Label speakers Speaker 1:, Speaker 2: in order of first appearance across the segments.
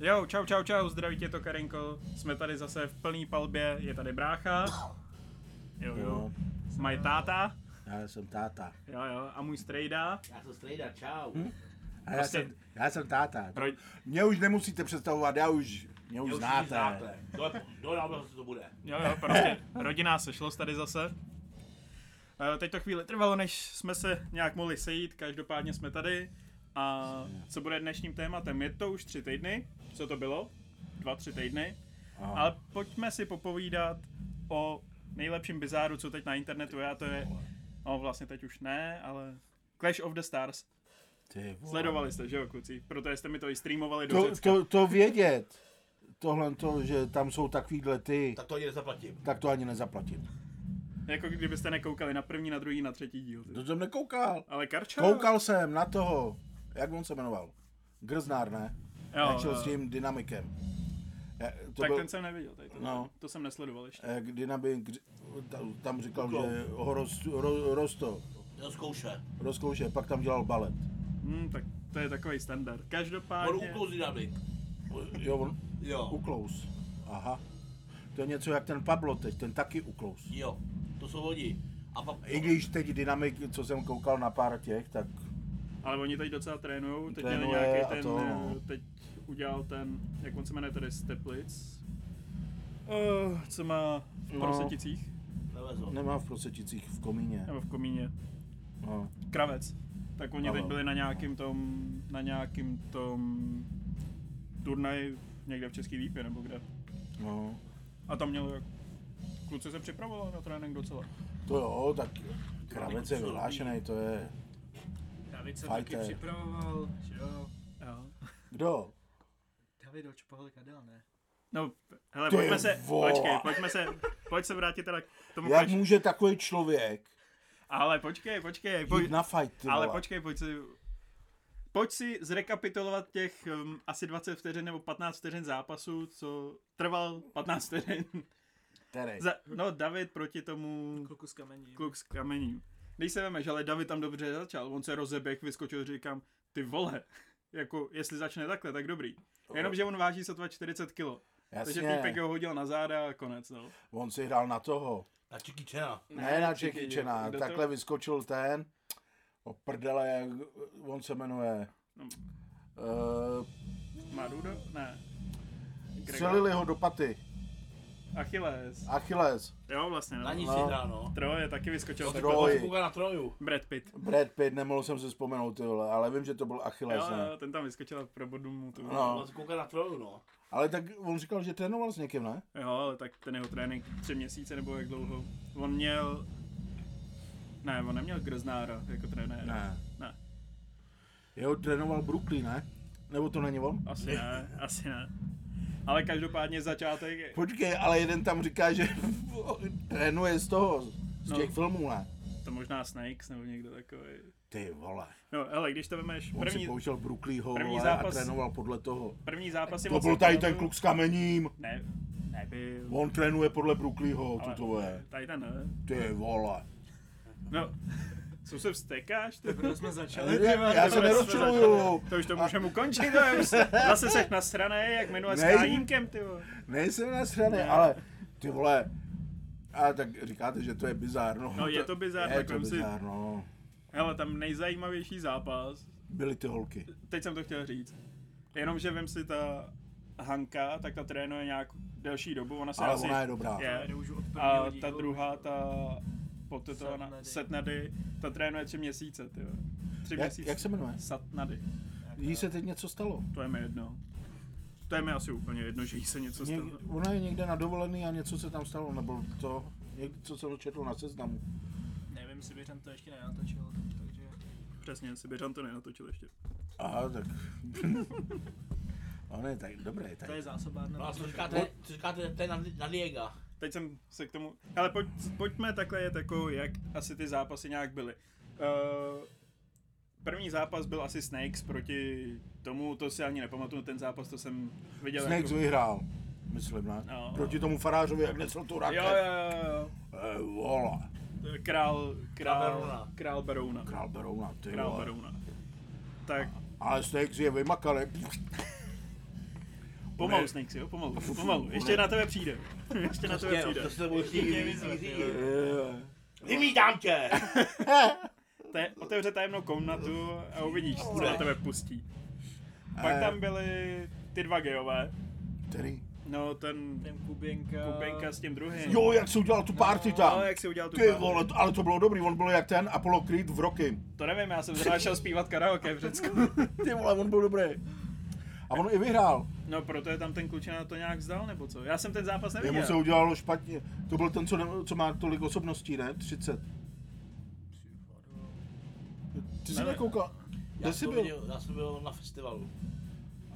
Speaker 1: Jo, čau, čau, čau, zdraví tě to Karinko. Jsme tady zase v plný palbě, je tady brácha. Jo, jo.
Speaker 2: Jo.
Speaker 1: Mají táta.
Speaker 2: Já jsem táta.
Speaker 1: Jo, jo. A můj strejda.
Speaker 3: Já jsem Strejda, čau.
Speaker 2: Hm? A já,
Speaker 1: Prostě-
Speaker 2: jsem, já jsem táta.
Speaker 1: Proč?
Speaker 2: Mě už nemusíte představovat, já už, mě už
Speaker 3: Mě
Speaker 2: znáte.
Speaker 3: Dole, dole, dole, co to bude.
Speaker 1: Jo, jo, prostě rodina sešlost tady zase. E, Teď to chvíli trvalo, než jsme se nějak mohli sejít, každopádně jsme tady. A co bude dnešním tématem? Je to už tři týdny, co to bylo? Dva, tři týdny.
Speaker 2: Aha.
Speaker 1: Ale pojďme si popovídat o nejlepším bizáru, co teď na internetu je, a to je... No vlastně teď už ne, ale... Clash of the Stars.
Speaker 2: Ty vole.
Speaker 1: Sledovali jste, že jo, kluci? Protože jste mi to i streamovali do
Speaker 2: to,
Speaker 1: Řecka. To,
Speaker 2: to, to vědět, tohle to, že tam jsou takovýhle ty,
Speaker 3: Tak to ani nezaplatím.
Speaker 2: tak to ani nezaplatím.
Speaker 1: Jako kdybyste nekoukali na první, na druhý, na třetí díl.
Speaker 2: To jsem nekoukal.
Speaker 1: Ale Karča...
Speaker 2: Koukal jsem na toho, jak on se jmenoval? Grznár, ne?
Speaker 1: Jo,
Speaker 2: jak šel
Speaker 1: jo.
Speaker 2: s tím dynamikem. Já- To
Speaker 1: tak
Speaker 2: byl,
Speaker 1: ten jsem neviděl, tady to, no.
Speaker 2: No.
Speaker 1: to jsem nesledoval ještě.
Speaker 2: jak dynamik, ta- tam říkal,
Speaker 3: Kuklou.
Speaker 2: že ho roz, ro, rosto,
Speaker 3: To zkouše.
Speaker 2: rozkouše, pak tam dělal balet.
Speaker 1: Hmm, tak to je takový standard.
Speaker 3: On
Speaker 1: Každopádně,
Speaker 3: uklouzí dynamik.
Speaker 2: Jo, on
Speaker 3: Jo.
Speaker 2: uklous. Aha. To je něco jak ten Pablo teď, ten taky uklous.
Speaker 3: Jo. To jsou oni. A pak...
Speaker 2: I když teď dynamik, co jsem koukal na pár těch, tak
Speaker 1: ale oni teď docela trénujou, teď je
Speaker 2: Trénuje
Speaker 1: nějaký
Speaker 2: a
Speaker 1: ten,
Speaker 2: to,
Speaker 1: to,
Speaker 2: no.
Speaker 1: teď udělal ten, jak on se jmenuje tady, Steplic, uh, co má v
Speaker 2: No.
Speaker 1: Proseticích, No.
Speaker 3: Nevezou.
Speaker 2: nemá v Proseticích v komíně.
Speaker 1: nebo v Komíně,
Speaker 2: No.
Speaker 1: Kravec, tak oni
Speaker 2: Ano.
Speaker 1: teď byli na nějakým tom, na nějakým tom turnaji někde v Český výpě nebo kde.
Speaker 2: No.
Speaker 1: A tam mělo jako, kluci se připravovali na trénink docela.
Speaker 2: To jo, tak Kravec je vyhlášený, to je...
Speaker 4: David se
Speaker 2: Fajter.
Speaker 4: taky připravoval, že jo.
Speaker 1: Jo.
Speaker 2: Kdo?
Speaker 4: David očupoval kadel, ne?
Speaker 1: No, hele,
Speaker 2: Ty
Speaker 1: pojďme se,
Speaker 2: vole.
Speaker 1: počkej, pojďme se, pojď se vrátit teda k tomu
Speaker 2: Jak
Speaker 1: Clash-
Speaker 2: může takový člověk
Speaker 1: Ale počkej, počkej, pojď,
Speaker 2: jít na fight, ty
Speaker 1: ale
Speaker 2: vole?
Speaker 1: počkej, pojď si, pojď si zrekapitulovat těch um, asi 20 vteřin nebo 15 vteřin zápasu, co trval 15 vteřin.
Speaker 2: Terej.
Speaker 1: Za, no, David proti tomu
Speaker 4: Kluku s kamení.
Speaker 1: kluk s kamením. Když se vemeš, ale David tam dobře začal, on se rozeběh, vyskočil, říkám, ty vole, jako jestli začne takhle, tak dobrý. Jenomže on váží sotva 40 kg. Takže
Speaker 2: Jasně,
Speaker 1: týpek ho hodil na záda a konec, no.
Speaker 2: on si hrál na toho.
Speaker 3: Na Čiky Čena.
Speaker 2: Ne, na
Speaker 1: Jackie
Speaker 2: Čekyčena,
Speaker 1: Chan. Kdo to-
Speaker 2: takhle vyskočil ten, o prdele, jak on se jmenuje.
Speaker 1: No.
Speaker 2: Uh,
Speaker 1: Marudo? Ne. Gregor.
Speaker 2: střelili ho do paty.
Speaker 1: Achilles.
Speaker 2: Achilles,
Speaker 1: Jo, vlastně,
Speaker 3: Na
Speaker 1: no.
Speaker 3: ní si
Speaker 2: No.
Speaker 3: hrá, no.
Speaker 1: Troje taky vyskočil.
Speaker 3: Tak
Speaker 1: Tak
Speaker 2: Troje.
Speaker 3: to se kouká na Troju.
Speaker 1: Brad Pitt.
Speaker 2: Brad Pitt, nemohl jsem si vzpomenout, ty vole, ale vím, že to byl Achilles,
Speaker 1: Jo,
Speaker 2: ne?
Speaker 1: jo, ten tam vyskočil a probodl mu to.
Speaker 2: No.
Speaker 3: On se kouká na Troju, no.
Speaker 2: Ale tak on říkal, že trénoval s někým, ne?
Speaker 1: Jo, ale tak ten jeho trénink tři měsíce nebo jak dlouho. On měl... Ne, on neměl Grznára jako trenér. Ne.
Speaker 2: Jo, trénoval Brooklyn, ne? Nebo to není on?
Speaker 1: Asi ne, asi ne. Ale každopádně začátek je...
Speaker 2: Počkej, ale jeden tam říká, že trénuje z toho, z
Speaker 1: No.
Speaker 2: těch filmů, ne?
Speaker 1: To možná Snakes nebo někdo takový.
Speaker 2: Ty vole,
Speaker 1: No, hele, když to vemeš,
Speaker 2: on
Speaker 1: první,
Speaker 2: si použil Brooklynho
Speaker 1: první
Speaker 2: vole,
Speaker 1: zápas-
Speaker 2: a trénoval podle toho.
Speaker 1: první zápas je
Speaker 2: To byl tady ten kluk s kamením,
Speaker 1: Ne, nebyl.
Speaker 2: on trénuje podle Brooklynho,
Speaker 1: Ale-
Speaker 2: tuto je.
Speaker 1: Tady ten ne.
Speaker 2: Ty vole.
Speaker 1: No, co se vstekáš? Ty?
Speaker 4: Proto jsme začali.
Speaker 2: Já, já se
Speaker 1: Tohle jsme
Speaker 2: nerozčiluju.
Speaker 1: začali. To už to můžeme ukončit, to je už zase seš nasranej, jak minule s
Speaker 2: Ne.
Speaker 1: Kájínkem, ty vole.
Speaker 2: Nejsem na straně, ale ty vole. A tak říkáte, že to je bizár, no.
Speaker 1: No, je to bizár,
Speaker 2: je
Speaker 1: tak
Speaker 2: to
Speaker 1: vem si-
Speaker 2: bizár, no.
Speaker 1: Hele, tam nejzajímavější zápas,
Speaker 2: Byly ty holky.
Speaker 1: teď jsem to chtěl říct, jenomže vem si ta Hanka, tak ta trénuje nějak delší dobu, ona se
Speaker 2: Ale
Speaker 1: asi...
Speaker 2: ona je dobrá.
Speaker 1: Je.
Speaker 4: Jde už od prvního
Speaker 1: A ta
Speaker 4: dílu.
Speaker 1: druhá, ta potetovaná
Speaker 4: Satnady.
Speaker 1: Setnady, ta trénuje tři měsíce, ty vole. Tři
Speaker 2: Jak,
Speaker 1: měsíce.
Speaker 2: jak se jmenuje?
Speaker 1: Satnady,
Speaker 2: Jí se teď něco stalo.
Speaker 1: to je mi jedno. To je mi asi úplně jedno, že jí se něco
Speaker 2: Něk,
Speaker 1: stalo.
Speaker 2: ona je někde na dovolený a něco se tam stalo, nebo to, něk- co jsem četl na seznamu.
Speaker 4: Nevím, si běžem to ještě nenatočil, takže...
Speaker 1: Přesně, Sibiřan to nenatočil ještě.
Speaker 2: Aha, tak. on je tak dobrý, tak.
Speaker 4: To je zásobárna.
Speaker 3: No a co říkáte, co říkáte, to je na, na Diega.
Speaker 1: Teď jsem se k tomu... Ale pojď, pojďme takhle jet jako, jak asi ty zápasy nějak byly. Uh, první zápas byl asi Snakes proti tomu, to si ani nepamatuju, ten zápas to jsem viděl
Speaker 2: Snakes
Speaker 1: jako...
Speaker 2: vyhrál, myslím, ne?
Speaker 1: No.
Speaker 2: Proti tomu farářovi, jak nesl tu raket.
Speaker 1: Jo, jo, jo, jo.
Speaker 2: Eh, vole.
Speaker 1: Král, král,
Speaker 3: Berouna.
Speaker 1: král Berouna.
Speaker 2: Král Berouna, ty
Speaker 1: Král
Speaker 2: vole.
Speaker 1: Berouna. Tak,
Speaker 2: Ale Snakes je vymakal, jak...
Speaker 1: Pomalu, Snakes, jo, pomalu, pomalu. Ještě na tebe přijde. Ještě na tebe
Speaker 3: Prostě,
Speaker 1: přijde.
Speaker 3: to se bude
Speaker 4: vyzvat,
Speaker 3: Vymítám tě!
Speaker 1: Te, otevře tajemnou komnatu a uvidíš, co na tebe pustí. Pak
Speaker 2: Eh.
Speaker 1: tam byly ty dva gejové.
Speaker 2: Který?
Speaker 1: No, ten
Speaker 4: Ten Kubenka.
Speaker 1: Kubenka s tím druhým.
Speaker 2: Jo, jak se udělal tu party tam.
Speaker 1: No, jak si udělal tu
Speaker 2: Ty
Speaker 1: party.
Speaker 2: vole, to- ale to bylo dobrý, on byl jak ten Apollo Creed v roky.
Speaker 1: To nevím, já jsem zrovna šel zpívat karaoke v Řecku.
Speaker 2: Ty vole, on byl dobrý. A on i vyhrál.
Speaker 1: No, proto je tam ten klučina to nějak vzdal, nebo co? Já jsem ten zápas
Speaker 2: Jemu se
Speaker 1: neviděl.
Speaker 2: udělalo špatně. To byl ten, co, ne, co má tolik osobností, ne? 30. Ty jsi
Speaker 1: Nevím.
Speaker 2: nekoukal.
Speaker 3: Já
Speaker 2: Kde jsi
Speaker 3: jsem,
Speaker 2: byl?
Speaker 3: byl, já jsem byl na festivalu.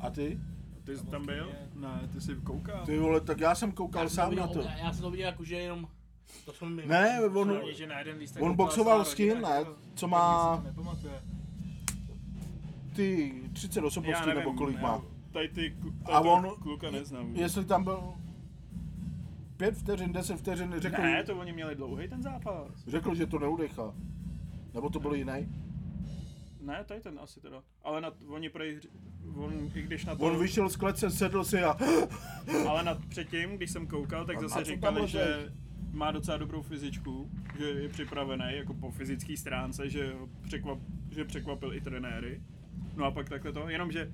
Speaker 2: A ty?
Speaker 1: Ty jsi tam byl? Ne, ty jsi koukal.
Speaker 2: Ty vole, tak já jsem
Speaker 3: Já
Speaker 2: koukal
Speaker 3: jsem
Speaker 2: sám
Speaker 3: viděl-
Speaker 2: na to.
Speaker 3: Já, já jsem to viděl jakože jenom... To jsem mi...
Speaker 2: Ne, on,
Speaker 4: Hlavně, že na jeden lístek
Speaker 2: on
Speaker 4: koupila
Speaker 2: boxoval
Speaker 4: celá
Speaker 2: s tím,
Speaker 4: rodina,
Speaker 2: ne?
Speaker 4: že jo?
Speaker 2: Co
Speaker 4: Hodně
Speaker 2: má
Speaker 4: si to nepamatuje.
Speaker 2: ty 30
Speaker 1: Já
Speaker 2: osobností
Speaker 1: nevím,
Speaker 2: prostě nebo kolik
Speaker 1: já-
Speaker 2: má.
Speaker 1: Tady ty, klu- tady
Speaker 2: A
Speaker 1: toho
Speaker 2: on-
Speaker 1: kluka neznám.
Speaker 2: Jestli tam byl 5 vteřin, 10 vteřin, řekl,
Speaker 1: Ne, to oni měli dlouhý ten zápas.
Speaker 2: řekl že to neudechá. Nebo to byl
Speaker 1: No.
Speaker 2: jiný.
Speaker 1: Ne, tady ten asi teda. Ale na, oni prej, on, i když na to,
Speaker 2: On vyšel z klece, sedl si a...
Speaker 1: ale na, předtím, když jsem koukal, tak
Speaker 2: A-
Speaker 1: zase
Speaker 2: a co tam
Speaker 1: říkali,
Speaker 2: lezeš?
Speaker 1: že má docela dobrou fyzičku, že je připravený jako po fyzické stránce, že, ho překvap, že překvapil i trenéry. No a pak takhle to, jenomže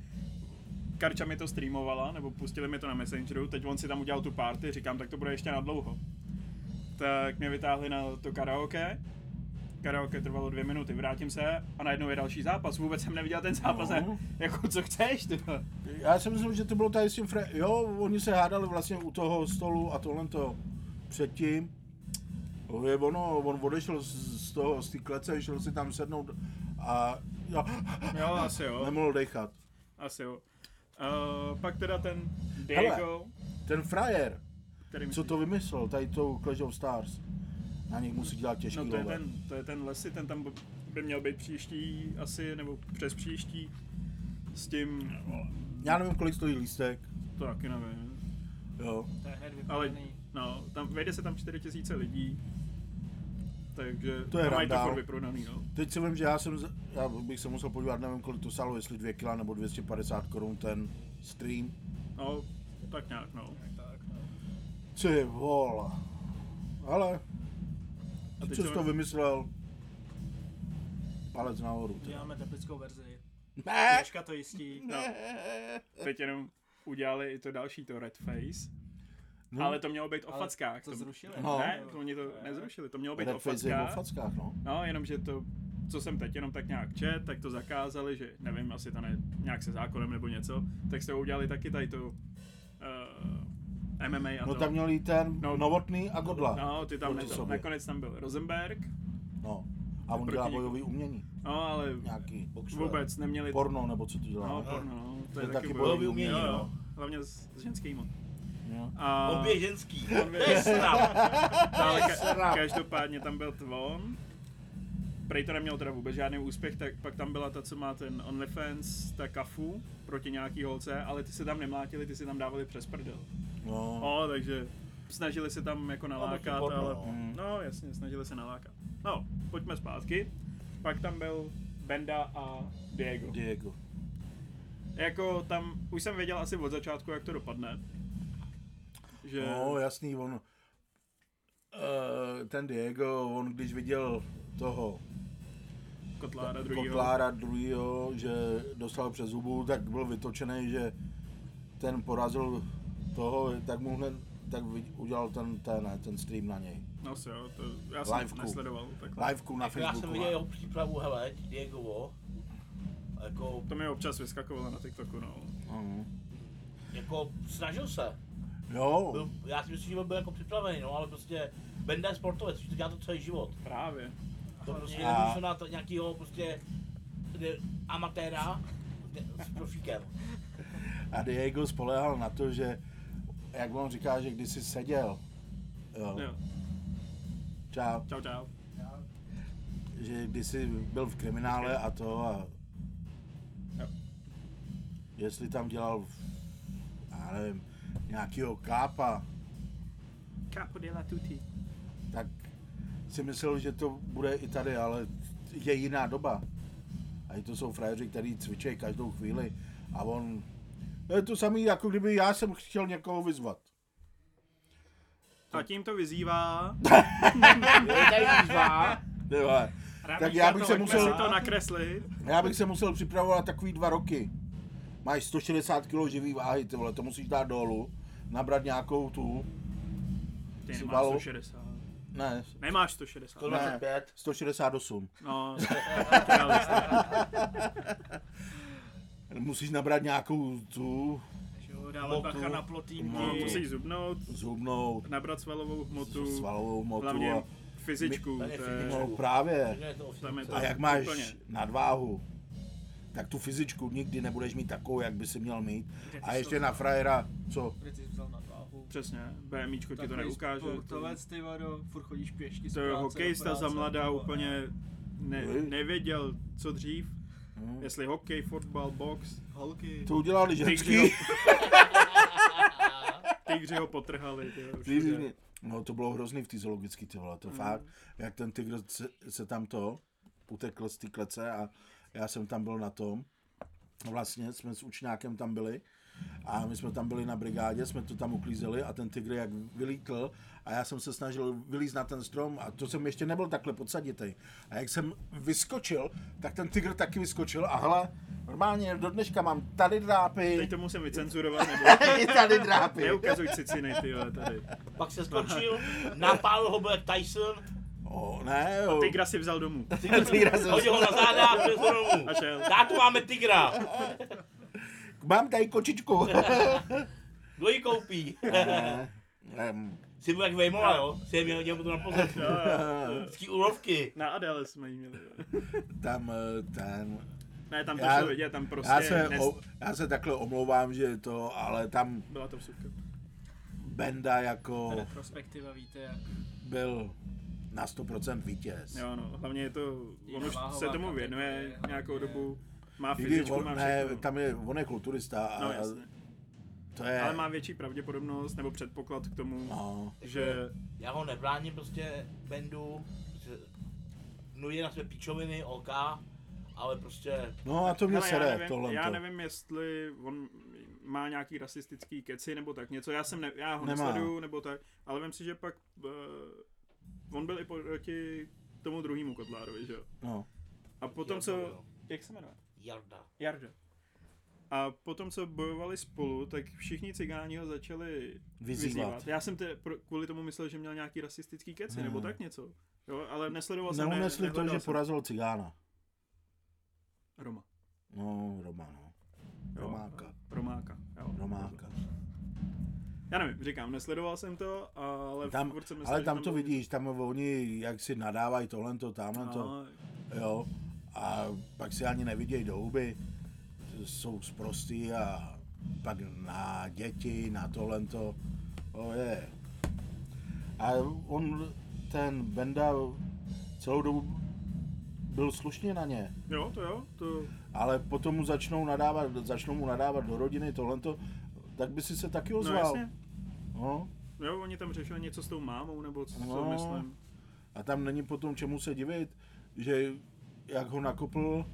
Speaker 1: Karča mi to streamovala, nebo pustili mi to na Messengeru, teď on si tam udělal tu party, říkám, tak to bude ještě na dlouho. Tak mě vytáhli na to karaoke, karaoke trvalo dvě minuty, vrátím se a najednou je další zápas, vůbec jsem neviděl ten zápas, ne?
Speaker 2: No.
Speaker 1: jako co chceš, ty vole?
Speaker 2: Já si myslím, že to bylo tady s tím Fre- Jo, oni se hádali vlastně u toho stolu a tohle to předtím. To Je ono, on odešel z z toho, z té klece, šel si tam sednout a jo,
Speaker 1: Jo, asi jo.
Speaker 2: nemohl dechat.
Speaker 1: Asi jo. Uh, pak teda ten Diego, Hele,
Speaker 2: Ten frajer,
Speaker 1: který no,
Speaker 2: co
Speaker 1: myslíš?
Speaker 2: to vymyslel, tady tou Clash of Stars, na nich musí dělat těžký
Speaker 1: No to je
Speaker 2: love.
Speaker 1: ten, to je ten Lesy, ten tam by měl být příští asi, nebo přes příští. S tím,
Speaker 2: Já nevím, kolik stojí lístek,
Speaker 1: to taky nevím.
Speaker 2: jo.
Speaker 4: To je hned
Speaker 1: Ale
Speaker 4: vypojený.
Speaker 1: no, tam, vejde se tam 4 tisíce lidí. Takže
Speaker 2: To je
Speaker 1: tam mají to
Speaker 2: randál.
Speaker 1: furt vyprodaný, no.
Speaker 2: Teď si vím, že já jsem, z- já bych se musel podívat, nevím, kolik to stálo, jestli 2 kila nebo 250 korun ten stream.
Speaker 1: No, tak nějak, no.
Speaker 4: Tak, no.
Speaker 2: Ty vole. Ale,
Speaker 1: A
Speaker 2: ty
Speaker 1: teď
Speaker 2: co
Speaker 1: se-
Speaker 2: jsi to vymyslel? Palec nahoru. ty.
Speaker 4: Děláme teplickou verzi.
Speaker 2: Ne!
Speaker 4: Dneška to jistí.
Speaker 1: No, teď jenom udělali i to další, to Red Face.
Speaker 2: No.
Speaker 1: Ale to mělo být o
Speaker 4: Ale
Speaker 1: fackách.
Speaker 4: to zrušili,
Speaker 2: No.
Speaker 1: Ne,
Speaker 4: jo.
Speaker 1: to oni to nezrušili, to mělo být o
Speaker 2: Red Face je o
Speaker 1: fackách.
Speaker 2: fackách, no.
Speaker 1: No, jenom, že to, co jsem teď jenom tak nějak čet, tak to zakázali, že nevím, asi to ne, nějak se zákonem nebo něco, tak jste udělali taky tady tu uh, MMA a
Speaker 2: No
Speaker 1: to.
Speaker 2: tam měl jít ten
Speaker 1: No.
Speaker 2: Novotný a Godla.
Speaker 1: no, ty tam
Speaker 2: proti
Speaker 1: nebyl.
Speaker 2: sobě.
Speaker 1: Nakonec tam byl Rosenberg,
Speaker 2: No. A on
Speaker 1: Proti
Speaker 2: dělá
Speaker 1: někomu.
Speaker 2: bojový umění.
Speaker 1: no, ale
Speaker 2: Nějaký
Speaker 1: vůbec neměli...
Speaker 2: porno, nebo co to dělá.
Speaker 1: No,
Speaker 2: no.
Speaker 1: porno, no, to
Speaker 2: To
Speaker 1: je
Speaker 2: je
Speaker 1: taky
Speaker 2: taky
Speaker 1: bojový
Speaker 2: bojový
Speaker 1: umění,
Speaker 2: umění,
Speaker 1: jo, jo.
Speaker 2: no.
Speaker 1: Hlavně s, s ženskýma.
Speaker 2: Jo.
Speaker 1: A...
Speaker 3: Obě ženský.
Speaker 1: On
Speaker 3: To je
Speaker 1: vě-
Speaker 3: srap.
Speaker 1: No, Ale
Speaker 3: To je srap.
Speaker 1: ka- každopádně tam byl Tvon. Prej to neměl teda vůbec žádný úspěch, tak pak tam byla ta, co má ten OnlyFans, ta kafu proti nějaký holce, ale ty se tam nemlátili, ty se tam dávali přes prdel.
Speaker 2: No.
Speaker 1: No, takže snažili se tam jako nalákat,
Speaker 3: porno,
Speaker 1: ale...
Speaker 3: no.
Speaker 2: Mm.
Speaker 1: No, jasně, snažili se nalákat. No, pojďme zpátky. Pak tam byl Benda a Diego.
Speaker 2: Diego.
Speaker 1: Jako tam, už jsem věděl asi od začátku, jak to dopadne. Že...
Speaker 3: prostě-
Speaker 2: No, jasný, on... eh, ten Diego, on když viděl toho
Speaker 1: Kotlára druhýho.
Speaker 2: Kotlára druhýho, že dostal přes zubu, tak byl vytočený, že ten porazil toho, tak mu hned tak vi- udělal ten, ten, ten stream na něj.
Speaker 1: No se jo, to já jsem
Speaker 2: Liveku.
Speaker 1: nesledoval. Tak
Speaker 2: Liveku na
Speaker 3: Jako Já jsem
Speaker 2: Facebooku.
Speaker 3: viděl jeho přípravu, hele, Diegovo. Jako,
Speaker 1: To mi občas vyskakovalo na TikToku, no.
Speaker 2: Mhm.
Speaker 3: jako snažil se.
Speaker 2: Jo,
Speaker 3: Byl, já si myslím, že byl jako připravený, no, ale prostě Benda je sportovec, to dělá to celý život.
Speaker 1: Právě.
Speaker 3: To prostě
Speaker 2: A-
Speaker 3: nemůžu na to nějakýho prostě ne- amatéra ne- s profíkem.
Speaker 2: a Diego spolehal na to, že jak on říká, že když jsi seděl, jo,
Speaker 1: Jo.
Speaker 2: čau,
Speaker 1: Čau, čau.
Speaker 4: No.
Speaker 2: že když jsi byl v kriminále a to a
Speaker 1: Jo.
Speaker 2: jestli tam dělal, já nevím, nějakýho kápa,
Speaker 1: Capo della tutti.
Speaker 2: tak si myslel, že to bude i tady, ale je jiná doba. A to jsou frajeři, který cvičí každou chvíli a on To je to samé, jako kdyby já jsem chtěl někoho vyzvat.
Speaker 1: A tím to vyzývá.
Speaker 3: Tady výzva.
Speaker 2: Ty vole. Tak já bych se
Speaker 1: Pojďme
Speaker 2: musel,
Speaker 1: si to nakreslit.
Speaker 2: já bych se musel připravovat takový dva roky. Máš 160 kg živý váhy, ty vole, to musíš dát dolů, nabrat nějakou tu,
Speaker 1: Ty
Speaker 2: Si
Speaker 1: nemáš
Speaker 2: balo-
Speaker 1: 160.
Speaker 2: ne,
Speaker 1: Nemáš 160.
Speaker 3: 125.
Speaker 2: 168.
Speaker 1: No, to je realista.
Speaker 2: Musíš nabrat nějakou tu,
Speaker 4: Že jo, dávat
Speaker 3: Motu.
Speaker 4: bacha na plotínky.
Speaker 1: No, musíš zubnout,
Speaker 2: zhubnout,
Speaker 1: nabrat svalovou hmotu,
Speaker 2: svalovou motu
Speaker 1: hlavně
Speaker 2: a...
Speaker 1: fyzičku.
Speaker 3: Tady
Speaker 1: to je-
Speaker 3: fyzičku.
Speaker 2: No právě.
Speaker 3: Ne, to
Speaker 1: Tam je to
Speaker 2: A jak máš
Speaker 1: úplně.
Speaker 2: nadváhu, tak tu fyzičku nikdy nebudeš mít takovou, jak by si měl mít.
Speaker 4: Kde ty
Speaker 2: A
Speaker 4: jsi
Speaker 2: ještě
Speaker 4: to-
Speaker 2: na frajera, co?
Speaker 4: Kde ty jsi vzal na váhu?
Speaker 1: Přesně, BMIčko ti to
Speaker 4: Takový
Speaker 1: neukáže.
Speaker 4: Sportovec, ty vado, furt chodíš pěšky. z
Speaker 1: To je
Speaker 4: práce do
Speaker 1: hokejista
Speaker 4: práce, No,
Speaker 1: za mladá
Speaker 4: nebo-
Speaker 1: úplně ne,
Speaker 2: Vy?
Speaker 1: nevěděl, co dřív.
Speaker 2: Hm.
Speaker 1: Jestli hokej, fotbal, box, holky.
Speaker 2: To udělali
Speaker 1: Tygři
Speaker 2: ženský.
Speaker 1: ho, tygři ho potrhali. Ty, jo,
Speaker 2: Ty-
Speaker 1: všude.
Speaker 2: No to bylo hrozný v té zoologické, ty vole, to fakt. Jak ten tygr se, se tam to utekl z té klece a já jsem tam byl na tom. Vlastně jsme s učňákem tam byli a my jsme tam byli na brigádě, jsme to tam uklízeli a ten tygr jak vylítl a já jsem se snažil vylíz na ten strom a to jsem ještě nebyl takhle podsaditej. A jak jsem vyskočil, tak ten tygr taky vyskočil a hele, normálně do dneška mám tady drápy,
Speaker 1: Teď to musím vycenzurovat, nebo
Speaker 2: i tady drápy.
Speaker 1: neukazuj ciciny, ty jo, tady.
Speaker 3: Pak se skočil, napálil ho Black Tyson,
Speaker 2: O, ne, jo.
Speaker 1: Tygra si vzal domů
Speaker 2: Tygra jsem
Speaker 3: hodil ho na záda a přes domů.
Speaker 1: a šel.
Speaker 3: Tátu máme tygra,
Speaker 2: Mám tady kočičku.
Speaker 3: kdo ji koupí?
Speaker 2: Ne, em,
Speaker 3: Jsi byl jak vejmola, jo? Jsi je měl dělat potom na pozemku. Vždycky úrovky.
Speaker 1: Na Adele jsme jí měli. jo.
Speaker 2: tam eh, ten...
Speaker 1: Ne, tam to
Speaker 2: Já-
Speaker 1: šlo vidět, tam prostě
Speaker 2: Já se,
Speaker 1: nes...
Speaker 2: o, já se takhle omlouvám, že to, ale tam
Speaker 1: byla to vsuvka.
Speaker 2: Benda jako
Speaker 4: Retrospektiva, víte, jak
Speaker 2: byl na 100% vítěz.
Speaker 1: Jo, no, hlavně je to, on už
Speaker 4: váhová
Speaker 1: se tomu
Speaker 4: kategorie,
Speaker 1: věnuje nějakou
Speaker 4: hlavně-
Speaker 1: dobu, má
Speaker 2: I když
Speaker 1: fyzičku, má
Speaker 2: on, ne,
Speaker 1: všechno.
Speaker 2: tam je, on je kulturista a
Speaker 1: No,
Speaker 2: a
Speaker 1: jasně.
Speaker 2: to je...
Speaker 1: Ale má větší pravděpodobnost nebo předpoklad k tomu,
Speaker 2: No,
Speaker 1: že
Speaker 3: Já ho nebráním prostě bendu, že nuje na své píčoviny, OK, ale prostě
Speaker 2: no a to mě
Speaker 1: Hele, já
Speaker 2: sere,
Speaker 1: nevím,
Speaker 2: tohle.
Speaker 1: já nevím, jestli on má nějaký rasistický keci nebo tak něco, já jsem ne, já ho
Speaker 2: Nemá.
Speaker 1: nesleduju nebo tak, ale vím si, že pak uh, on byl i proti tomu druhému Kotlárovi, že jo?
Speaker 2: No.
Speaker 1: A potom
Speaker 3: Jarda
Speaker 1: co,
Speaker 3: byl.
Speaker 1: jak se jmenuje?
Speaker 3: jarda.
Speaker 1: Jarda. A potom, co bojovali spolu, tak všichni cigáni ho začali
Speaker 2: Vyzývat.
Speaker 1: vyzývat. Já jsem te, pro, kvůli tomu myslel, že měl nějaký rasistický keci
Speaker 2: Ne.
Speaker 1: nebo tak něco. Jo, ale nesledoval jsem, ne,
Speaker 2: Neunesli to,
Speaker 1: nehledal
Speaker 2: že
Speaker 1: jsem.
Speaker 2: porazil cigána.
Speaker 1: Roma.
Speaker 2: No, Roma, no.
Speaker 1: Jo,
Speaker 2: Romáka.
Speaker 1: Romáka. Jo.
Speaker 2: Romáka.
Speaker 1: Já nevím, říkám, nesledoval jsem to, ale
Speaker 2: Tam,
Speaker 1: furt jsem myslel,
Speaker 2: ale
Speaker 1: že
Speaker 2: tam to
Speaker 1: byl-
Speaker 2: vidíš, tam oni jak si nadávají tohle, to, tamhle,
Speaker 1: No,
Speaker 2: to. Jo, a pak si ani nevidějí do huby, jsou zprostý a pak na děti, na tohle to, to je. A on, ten Benda, celou dobu byl slušně na ně,
Speaker 1: jo, to jo, to... no,
Speaker 2: ale potom mu začnou nadávat, začnou mu nadávat do rodiny tohle to, tak by si se taky
Speaker 1: No
Speaker 2: ozval.
Speaker 1: jasně.
Speaker 2: No,
Speaker 1: Jo, oni tam řešili něco s tou mámou, nebo co, co
Speaker 2: No.
Speaker 1: myslím.
Speaker 2: a tam není potom čemu se divit, že jak ho nakopl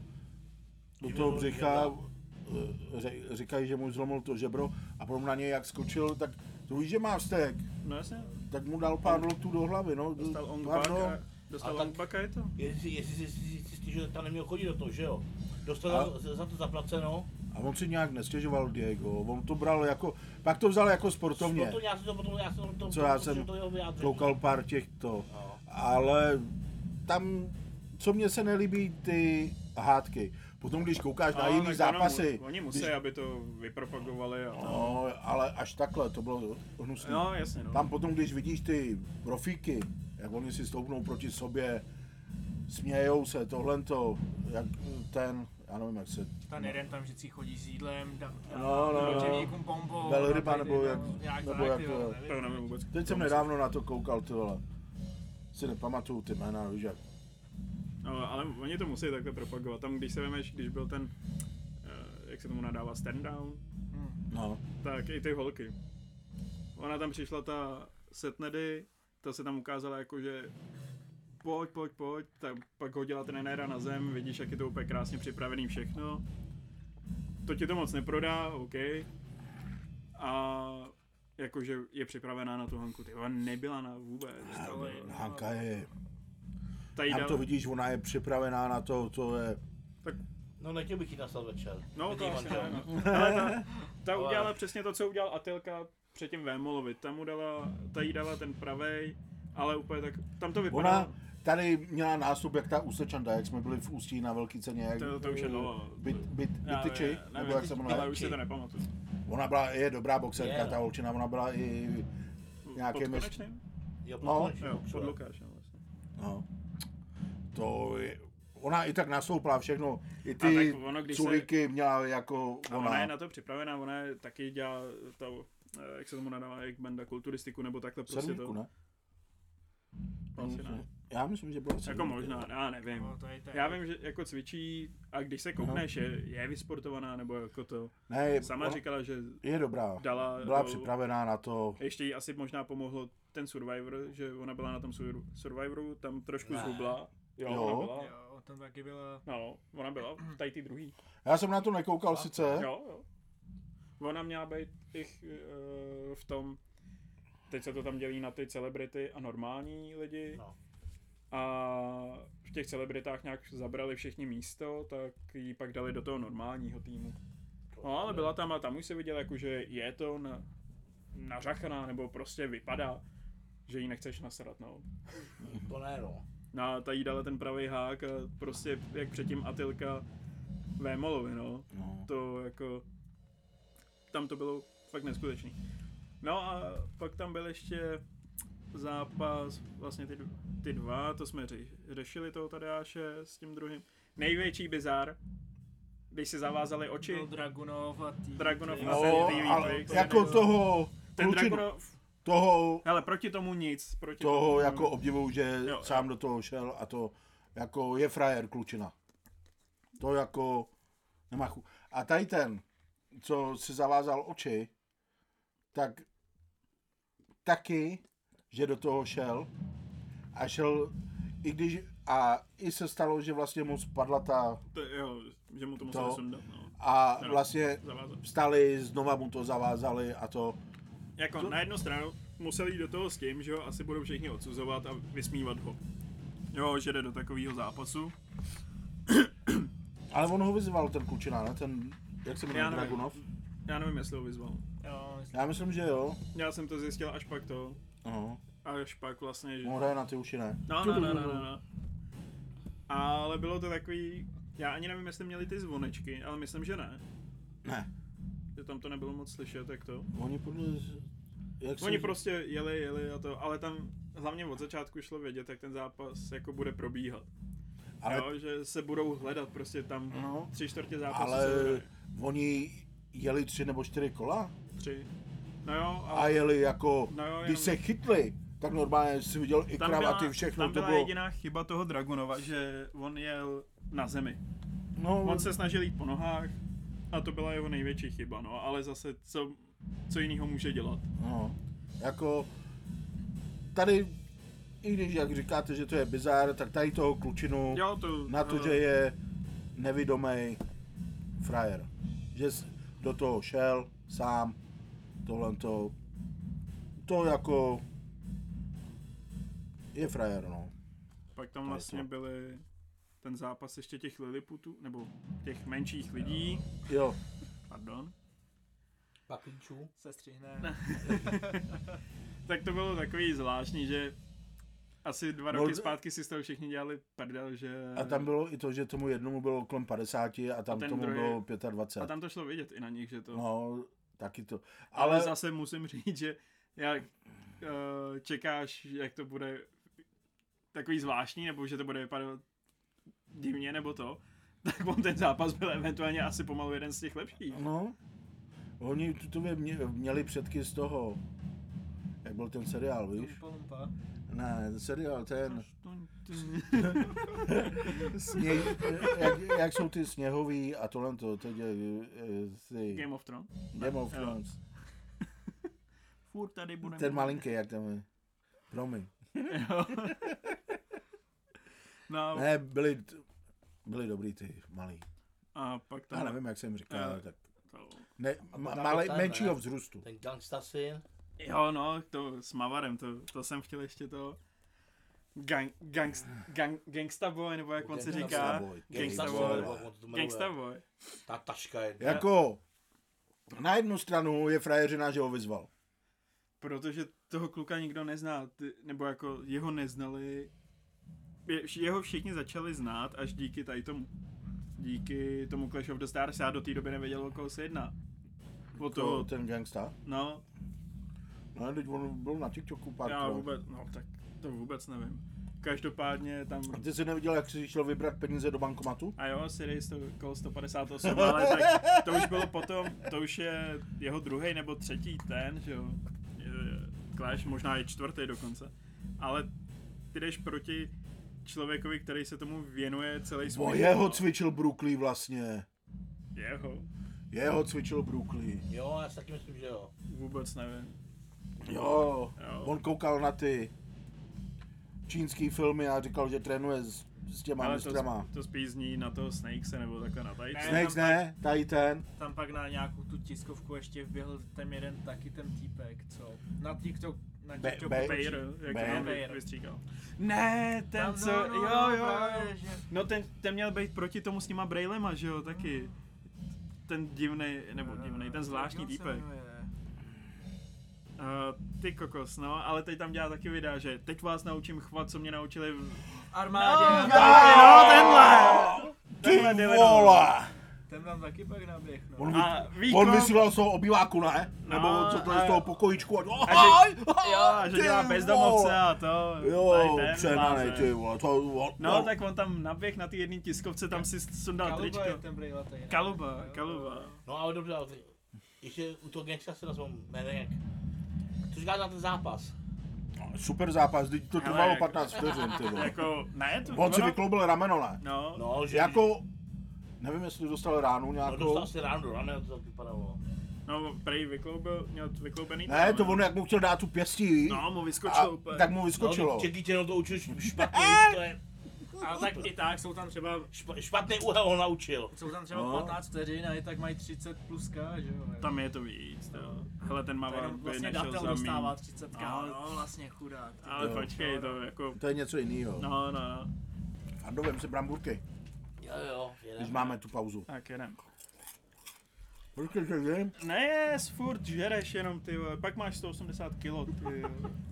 Speaker 2: do
Speaker 3: Že
Speaker 2: toho
Speaker 3: mu
Speaker 2: břicha, eh, ře- říkají, že mu zlomil to žebro a potom na něj jak skočil, tak to víš, že má vztek,
Speaker 1: No jasně,
Speaker 2: tak mu dal pár loktů do hlavy, no.
Speaker 1: dostal on
Speaker 2: Pardon.
Speaker 1: a, dostal
Speaker 3: A tak-
Speaker 1: on je to.
Speaker 3: Jestli, jestli si, si, si stěžil, tam neměl chodit do toho, že jo? Dostal
Speaker 2: A-
Speaker 3: za, za to zaplaceno,
Speaker 2: A on si nějak nestěžoval Diego, on to bral jako, pak to vzal jako
Speaker 3: no
Speaker 2: sportovně,
Speaker 3: to já jsem to potom, já jsem to, to,
Speaker 2: co já
Speaker 3: to,
Speaker 2: jsem
Speaker 3: to jeho vyjádření.
Speaker 2: koukal pár těchto,
Speaker 3: No.
Speaker 2: ale tam, co mně se nelíbí, ty hádky. Potom, když koukáš na
Speaker 1: A,
Speaker 2: jiný
Speaker 1: tak ono
Speaker 2: zápasy,
Speaker 1: mu- Oni
Speaker 2: když
Speaker 1: musí, aby to vypropagovali a to.
Speaker 2: No, ale až takhle, to bylo hnusné.
Speaker 1: No, jasně, no.
Speaker 2: Tam potom, když vidíš ty profíky, jak oni si stoupnou proti sobě, smějou se, tohle to, jak ten, já nevím, jak se...
Speaker 4: Ten jeden tam vždycky chodí s jídlem, dá, dá
Speaker 2: No, no,
Speaker 4: proti
Speaker 2: no.
Speaker 4: někomu bombou.
Speaker 2: Velryba
Speaker 4: dá tady,
Speaker 2: nebo
Speaker 4: no,
Speaker 2: jak-
Speaker 4: nějak
Speaker 2: nebo jako- jak
Speaker 4: tak, ty
Speaker 2: to-
Speaker 4: vole,
Speaker 1: To
Speaker 4: nevím.
Speaker 1: nevím vůbec.
Speaker 2: Teď jsem nedávno na to koukal, ty vole. Si nepamatuju ty jména, víš jak.
Speaker 1: No, ale oni to musí takhle propagovat. Tam, když se vemeš, když byl ten, eh, jak se tomu nadává, stand down,
Speaker 4: Hm.
Speaker 2: No,
Speaker 1: Tak i ty holky. Ona tam přišla ta Setnedy, ta se tam ukázala jako, že pojď, pojď, pojď, tak pak hodila trenéra na zem, vidíš, jak je to úplně krásně připravený všechno. To ti to moc neprodá, OK, a jakože je připravená na tu Hanku. Ty ona nebyla na vůbec. Ale
Speaker 2: Hanka je,
Speaker 1: tady
Speaker 2: tam
Speaker 1: dal,
Speaker 2: to vidíš, ona je připravená na to, to je,
Speaker 3: No nechtěl bych jít na svat večer.
Speaker 1: No,
Speaker 3: Mezi
Speaker 1: to asi ne,
Speaker 3: manželem.
Speaker 1: no. Ale ta, ta
Speaker 3: Ale-
Speaker 1: udělala přesně to, co udělal Atilka před tím Vémolovi. Tam mu dala, ta jí dala ten pravej, ale úplně tak, tam to vypadalo.
Speaker 2: ona tady měla nástup, jak ta ústečanda, jak jsme byli v Ústí na Velký ceně, jak
Speaker 1: To- to už je dlouho.
Speaker 2: Byt, byt,
Speaker 1: Já
Speaker 2: bytyči,
Speaker 1: nevím,
Speaker 2: nebo jak se jmenuje.
Speaker 1: Ale už si to nepamatuju.
Speaker 2: Ona byla, je dobrá boxerka,
Speaker 3: Je, no.
Speaker 2: ta holčina, ona byla i nějaký
Speaker 1: Pod
Speaker 2: mistr.
Speaker 1: konečným?
Speaker 3: Jo,
Speaker 2: No,
Speaker 3: no,
Speaker 1: Jo, pod Lukášem vlastně.
Speaker 2: No. To je, ona i tak nastoupila všechno, i
Speaker 1: A
Speaker 2: ty
Speaker 1: tak ono, když se-
Speaker 2: culiky měla jako
Speaker 1: A
Speaker 2: ona.
Speaker 1: ona je na to připravená, ona je taky dělá to, eh, jak se tomu nadává, jak banda kulturistiku, nebo takhle prostě to.
Speaker 2: sedmku, ne?
Speaker 1: Asi ne.
Speaker 2: Já myslím, že byla
Speaker 1: Jako
Speaker 2: sedmku.
Speaker 1: možná, já nevím.
Speaker 4: No, to je tak.
Speaker 1: Já vím, že jako cvičí a když se koukneš, je, je vysportovaná, nebo jako to.
Speaker 2: Ne,
Speaker 1: Sama
Speaker 2: ona
Speaker 1: říkala, že
Speaker 2: je dobrá.
Speaker 1: dala...
Speaker 2: Byla
Speaker 1: do-
Speaker 2: připravená na to.
Speaker 1: Ještě jí asi možná pomohlo ten Survivor, že ona byla na tom Sur- Survivoru, tam trošku
Speaker 3: Ne.
Speaker 1: zhubla. Jo,
Speaker 2: Jo.
Speaker 1: ona byla.
Speaker 4: Jo, tam taky byla...
Speaker 1: No, ona byla v tady ty druhý.
Speaker 2: Já jsem na to nekoukal sice.
Speaker 1: Jo, jo. Ona měla být ich, eh, v tom, teď se to tam dělí na ty celebrity a normální lidi.
Speaker 3: No.
Speaker 1: A v těch celebritách nějak zabrali všichni místo, tak ji pak dali do toho normálního týmu. No ale byla tam a tam už se viděl, jako, že je to na, nařachaná, nebo prostě vypadá, že ji nechceš nasrat, no.
Speaker 3: To ne, no.
Speaker 1: No a ta jí dala ten pravý hák a prostě jak předtím Atilka Vémolovi, no.
Speaker 2: No.
Speaker 1: To jako, tam to bylo fakt neskutečný. No a pak tam byl ještě zápas, vlastně ty, dv- ty dva, to jsme ři, řešili toho Tadeáše s tím druhým. Největší bizar, když si zavázali oči.
Speaker 4: Byl Dragunov a tý...
Speaker 1: Dragunov
Speaker 4: tý-
Speaker 1: a ten
Speaker 2: Jo,
Speaker 1: Levý
Speaker 2: ale
Speaker 1: Twix,
Speaker 2: jako
Speaker 1: ten-
Speaker 2: toho,
Speaker 1: Ten
Speaker 2: klučinu,
Speaker 1: Dragunov,
Speaker 2: toho,
Speaker 1: Ale proti tomu nic. Proti
Speaker 2: toho
Speaker 1: tomu,
Speaker 2: jako obdivuju, že
Speaker 1: jo.
Speaker 2: sám do toho šel a to jako je frajer klučina. To jako nemá chu. A tady ten, co si zavázal oči, tak taky, že do toho šel a šel, i když a i se stalo, že vlastně mu spadla ta
Speaker 1: To, jo, že mu to museli
Speaker 2: To-
Speaker 1: sundat, no.
Speaker 2: a
Speaker 1: Ano.
Speaker 2: vlastně
Speaker 1: Zavázat.
Speaker 2: vstali, znova mu to zavázali a to
Speaker 1: Jako na jednu stranu museli jít do toho s tím, že ho asi budou všichni odsuzovat a vysmívat ho. Jo, že jde do takového zápasu.
Speaker 2: ale on ho vyzval ten klučina, ne? Ten, jak se jmenuje,
Speaker 1: Já nevím.
Speaker 2: Dragunov?
Speaker 1: Já nevím, jestli ho vyzval.
Speaker 4: Jo, myslím,
Speaker 2: Já myslím, že jo.
Speaker 1: Já jsem to zjistil až pak to.
Speaker 2: Ano.
Speaker 1: Až pak vlastně, že...
Speaker 2: On hraje na ty uši, ne?
Speaker 1: No, no, no, no, no, no. Ale bylo to takový... Já ani nevím, jestli měli ty zvonečky, ale myslím, že ne.
Speaker 2: Ne.
Speaker 1: Že tam to nebylo moc slyšet, jak to.
Speaker 2: Oni podle... Jak
Speaker 1: Oni
Speaker 2: se-
Speaker 1: prostě jeli, jeli a to, ale tam hlavně od začátku šlo vědět, jak ten zápas jako bude probíhat. Ale...
Speaker 2: Ale-
Speaker 1: Jo, že se budou hledat prostě tam no,
Speaker 2: No.
Speaker 1: tři čtvrtě zápasu
Speaker 2: Ale
Speaker 1: se hledají.
Speaker 2: oni jeli tři nebo čtyři kola
Speaker 1: tři. No jo,
Speaker 2: a
Speaker 1: ale
Speaker 2: jeli jako,
Speaker 1: No jo, jenom-
Speaker 2: když se chytli, tak normálně si viděl i
Speaker 1: tam byla,
Speaker 2: kravaty, všechno
Speaker 1: tam
Speaker 2: to
Speaker 1: byla
Speaker 2: bylo.
Speaker 1: jediná chyba toho Dragunova, že on jel na zemi.
Speaker 2: No,
Speaker 1: On se snažil jít po nohách a to byla jeho největší chyba, no, ale zase co, co jiného může dělat.
Speaker 2: no, jako tady, i když jak říkáte, že to je bizár, tak tady toho klučinu
Speaker 1: Jo, to,
Speaker 2: na to,
Speaker 1: eh,
Speaker 2: že je nevidomý frajer. Že s- do toho šel sám, tohle to, to jako je frajer, no.
Speaker 1: Pak tam vlastně
Speaker 2: to.
Speaker 1: byly ten zápas ještě těch Lilliputů, nebo těch menších lidí,
Speaker 2: Jo,
Speaker 1: pardon.
Speaker 3: Paklíčů.
Speaker 4: se střihne.
Speaker 1: Tak to bylo takový zvláštní, že asi dva
Speaker 2: No,
Speaker 1: roky
Speaker 2: d-
Speaker 1: zpátky si z toho všichni dělali prdel, že...
Speaker 2: a tam bylo i to, že tomu jednomu bylo kolem 50 a tam
Speaker 1: ten
Speaker 2: tomu
Speaker 1: druhý-
Speaker 2: bylo
Speaker 1: a
Speaker 2: 25.
Speaker 1: tam to šlo vidět i na nich, že to...
Speaker 2: No, taky to.
Speaker 1: ale...
Speaker 2: Ale,
Speaker 1: zase musím říct, že jak uh, čekáš, jak to bude takový zvláštní, nebo že to bude vypadat divně, nebo to, tak on ten zápas byl eventuálně asi pomalu jeden z těch lepších.
Speaker 2: no, oni tutově mě, měli předky z toho, jak byl ten seriál, víš?
Speaker 4: Lumpa, lumpa.
Speaker 2: Ne, ten seriál, ten... Sněh, eh, jak, jak, jsou ty sněhový a tohle to, teď je, je, ty
Speaker 1: Game of Thrones.
Speaker 2: Game of
Speaker 1: Jo.
Speaker 2: Thrones.
Speaker 1: Furt tady budeme.
Speaker 2: Ten malinký, jak tam je. Promiň.
Speaker 1: Jo. no
Speaker 2: Ne, byli, byli dobrý ty malí.
Speaker 1: a pak
Speaker 2: Já
Speaker 1: tam
Speaker 2: nevím, jak jsem říkal,
Speaker 1: Jo.
Speaker 2: ale tak
Speaker 1: To trochu.
Speaker 2: Ne, ma,
Speaker 3: tam
Speaker 2: malej,
Speaker 3: je ten,
Speaker 2: menšího
Speaker 3: ne?
Speaker 2: vzrůstu.
Speaker 3: Ten gangsta syn.
Speaker 1: Jo, no, to s Mavarem, to, to jsem chtěl ještě to. Gang, gangst, gang, gangsta boy, nebo jak on se
Speaker 2: Gangsta
Speaker 1: říká.
Speaker 2: boy,
Speaker 1: Gangsta
Speaker 2: gangsta
Speaker 1: boy.
Speaker 2: boy.
Speaker 3: on to jmenuje.
Speaker 1: Gangsta boy.
Speaker 3: Ta taška jedna.
Speaker 2: Jako, na jednu stranu je frajeřina, že ho vyzval.
Speaker 1: Protože toho kluka nikdo nezná, ty, nebo jako jeho neznali. Je, jeho všichni začali znát až díky tady tomu. Díky tomu Clash of the Stars, já do té doby nevěděl, o koho se jedná. O
Speaker 2: To,
Speaker 1: toho,
Speaker 2: ten gangsta.
Speaker 1: no,
Speaker 2: No, teď on byl na TikToku
Speaker 1: já
Speaker 2: pár vůbec...
Speaker 1: vůbec, no tak to vůbec nevím. Každopádně tam,
Speaker 2: A ty jsi neviděl, jak jsi šel vybrat peníze do bankomatu?
Speaker 1: a jo, Sirius to kol 158, ale tak to už bylo potom, to už je jeho druhý nebo třetí ten, že jo. Je- je- Clash možná i čtvrtý dokonce. Ale ty jdeš proti člověkovi, který se tomu věnuje celý
Speaker 2: O,
Speaker 1: svůj
Speaker 2: jeho
Speaker 1: život.
Speaker 2: cvičil Brooklyn vlastně.
Speaker 1: Jeho,
Speaker 2: Jeho cvičil Brooklyn.
Speaker 3: Jo, já si taky myslím, že jo.
Speaker 1: vůbec nevím.
Speaker 2: Jo,
Speaker 1: Jo.
Speaker 2: on koukal na ty čínský filmy a říkal, že trénuje s, s těma
Speaker 1: Ale to,
Speaker 2: mistrama.
Speaker 1: to spíš zní na toho Snakese nebo takhle na tady.
Speaker 4: Ne,
Speaker 2: Snakes ne, tady ten.
Speaker 4: Tam pak na nějakou tu tiskovku ještě vběhl ten jeden taky ten týpek, co? Na TikTok, na
Speaker 2: Be-
Speaker 4: TikToku
Speaker 2: Bejr.
Speaker 1: Bayer,
Speaker 4: točí.
Speaker 1: jak
Speaker 2: Bayer.
Speaker 1: to on vy-
Speaker 4: Bayer.
Speaker 1: vystříkal. Ne, ten
Speaker 4: Tam,
Speaker 1: co,
Speaker 4: no, no,
Speaker 1: jo,
Speaker 4: no,
Speaker 1: jo, jo.
Speaker 4: právě, že-
Speaker 1: No ten, ten měl být proti tomu s těma Brailema, že jo, taky. Ten divný, nebo divný, ten zvláštní
Speaker 4: Jak on se
Speaker 1: týpek.
Speaker 4: jmenuje?
Speaker 1: Uh, ty kokos, no, ale teď tam dělá taky videa, že teď vás naučím chvat, co mě naučili v...
Speaker 4: Armádě.
Speaker 1: No, tenhle! Tenhle
Speaker 2: Ty
Speaker 1: Dylan.
Speaker 2: vole!
Speaker 4: Ten tam taky pak naběh, no.
Speaker 2: On,
Speaker 1: A
Speaker 2: vy-
Speaker 1: víš
Speaker 2: on
Speaker 1: co?
Speaker 2: vysílal z toho obýváku, ne? Nebo
Speaker 1: No,
Speaker 2: co to je z
Speaker 1: a-
Speaker 2: toho pokojíčku a,
Speaker 1: A
Speaker 2: Ahoj,
Speaker 1: že, jo, a že
Speaker 2: ty
Speaker 1: dělá bezdomovce
Speaker 2: vole.
Speaker 1: a to.
Speaker 2: Jo,
Speaker 1: tady ten
Speaker 2: přenanej,
Speaker 1: blázen.
Speaker 2: ty vole, to, o-
Speaker 1: No,
Speaker 2: o-
Speaker 1: tak on tam naběh na ty jedné tiskovce, tam si sundal
Speaker 4: Kaluba je
Speaker 1: tričko.
Speaker 4: ten brýlatý. ne?
Speaker 1: Kaluba,
Speaker 4: Jo,
Speaker 1: Kaluba.
Speaker 4: jo.
Speaker 3: No ale dobře, ale ty- ještě u toho gangsta syna jsem jmenuje jak. Co říkáš na ten zápas?
Speaker 2: Super zápas, teď to
Speaker 1: Hele,
Speaker 2: trvalo
Speaker 1: jako-
Speaker 2: 15 vteřin, ty vole.
Speaker 1: Jako, ne, to...
Speaker 2: On si
Speaker 1: ono-
Speaker 2: vykloubil rameno, ne?
Speaker 1: No,
Speaker 3: No, že...
Speaker 2: Jako, nevím, jestli dostal ránu
Speaker 3: No dostal
Speaker 2: nějakou.
Speaker 3: si ráno do ramene, to tak vypadalo.
Speaker 1: no, prej vykloubil, měl vykloubený.
Speaker 2: Ne, to
Speaker 1: tam,
Speaker 2: on jak mu chtěl dát tu pěstí,
Speaker 1: No, mu
Speaker 2: a,
Speaker 1: vyskočilo úplně.
Speaker 2: tak mu vyskočilo.
Speaker 3: No, Jackie Chan to učil špatně, to je
Speaker 4: Ale tak i tak jsou tam třeba
Speaker 3: špa- špatný úhel ho naučil.
Speaker 4: jsou tam třeba
Speaker 2: No.
Speaker 4: 15 vteřin a i tak mají 30 pluska, že jo?
Speaker 1: Tam je to víc, jo. Hele, ten
Speaker 4: To
Speaker 1: Mavar
Speaker 4: jenom
Speaker 1: by
Speaker 4: vlastně
Speaker 1: nešel
Speaker 4: datel
Speaker 1: za mým.
Speaker 4: dostává 30
Speaker 1: Ale-
Speaker 4: no, no, vlastně chudák. ty.
Speaker 1: Ale
Speaker 2: Jo.
Speaker 1: počkej, to jako...
Speaker 2: To je něco jiného. No.
Speaker 1: No, no, no.
Speaker 2: Fandovem si bramburky,
Speaker 3: Jo, jo,
Speaker 2: když
Speaker 3: jedeme.
Speaker 2: máme tu pauzu.
Speaker 1: Tak jedem.
Speaker 2: Počkej, že jim?
Speaker 1: Ne, furt žereš jenom ty vole. pak máš 180 kg ty vole.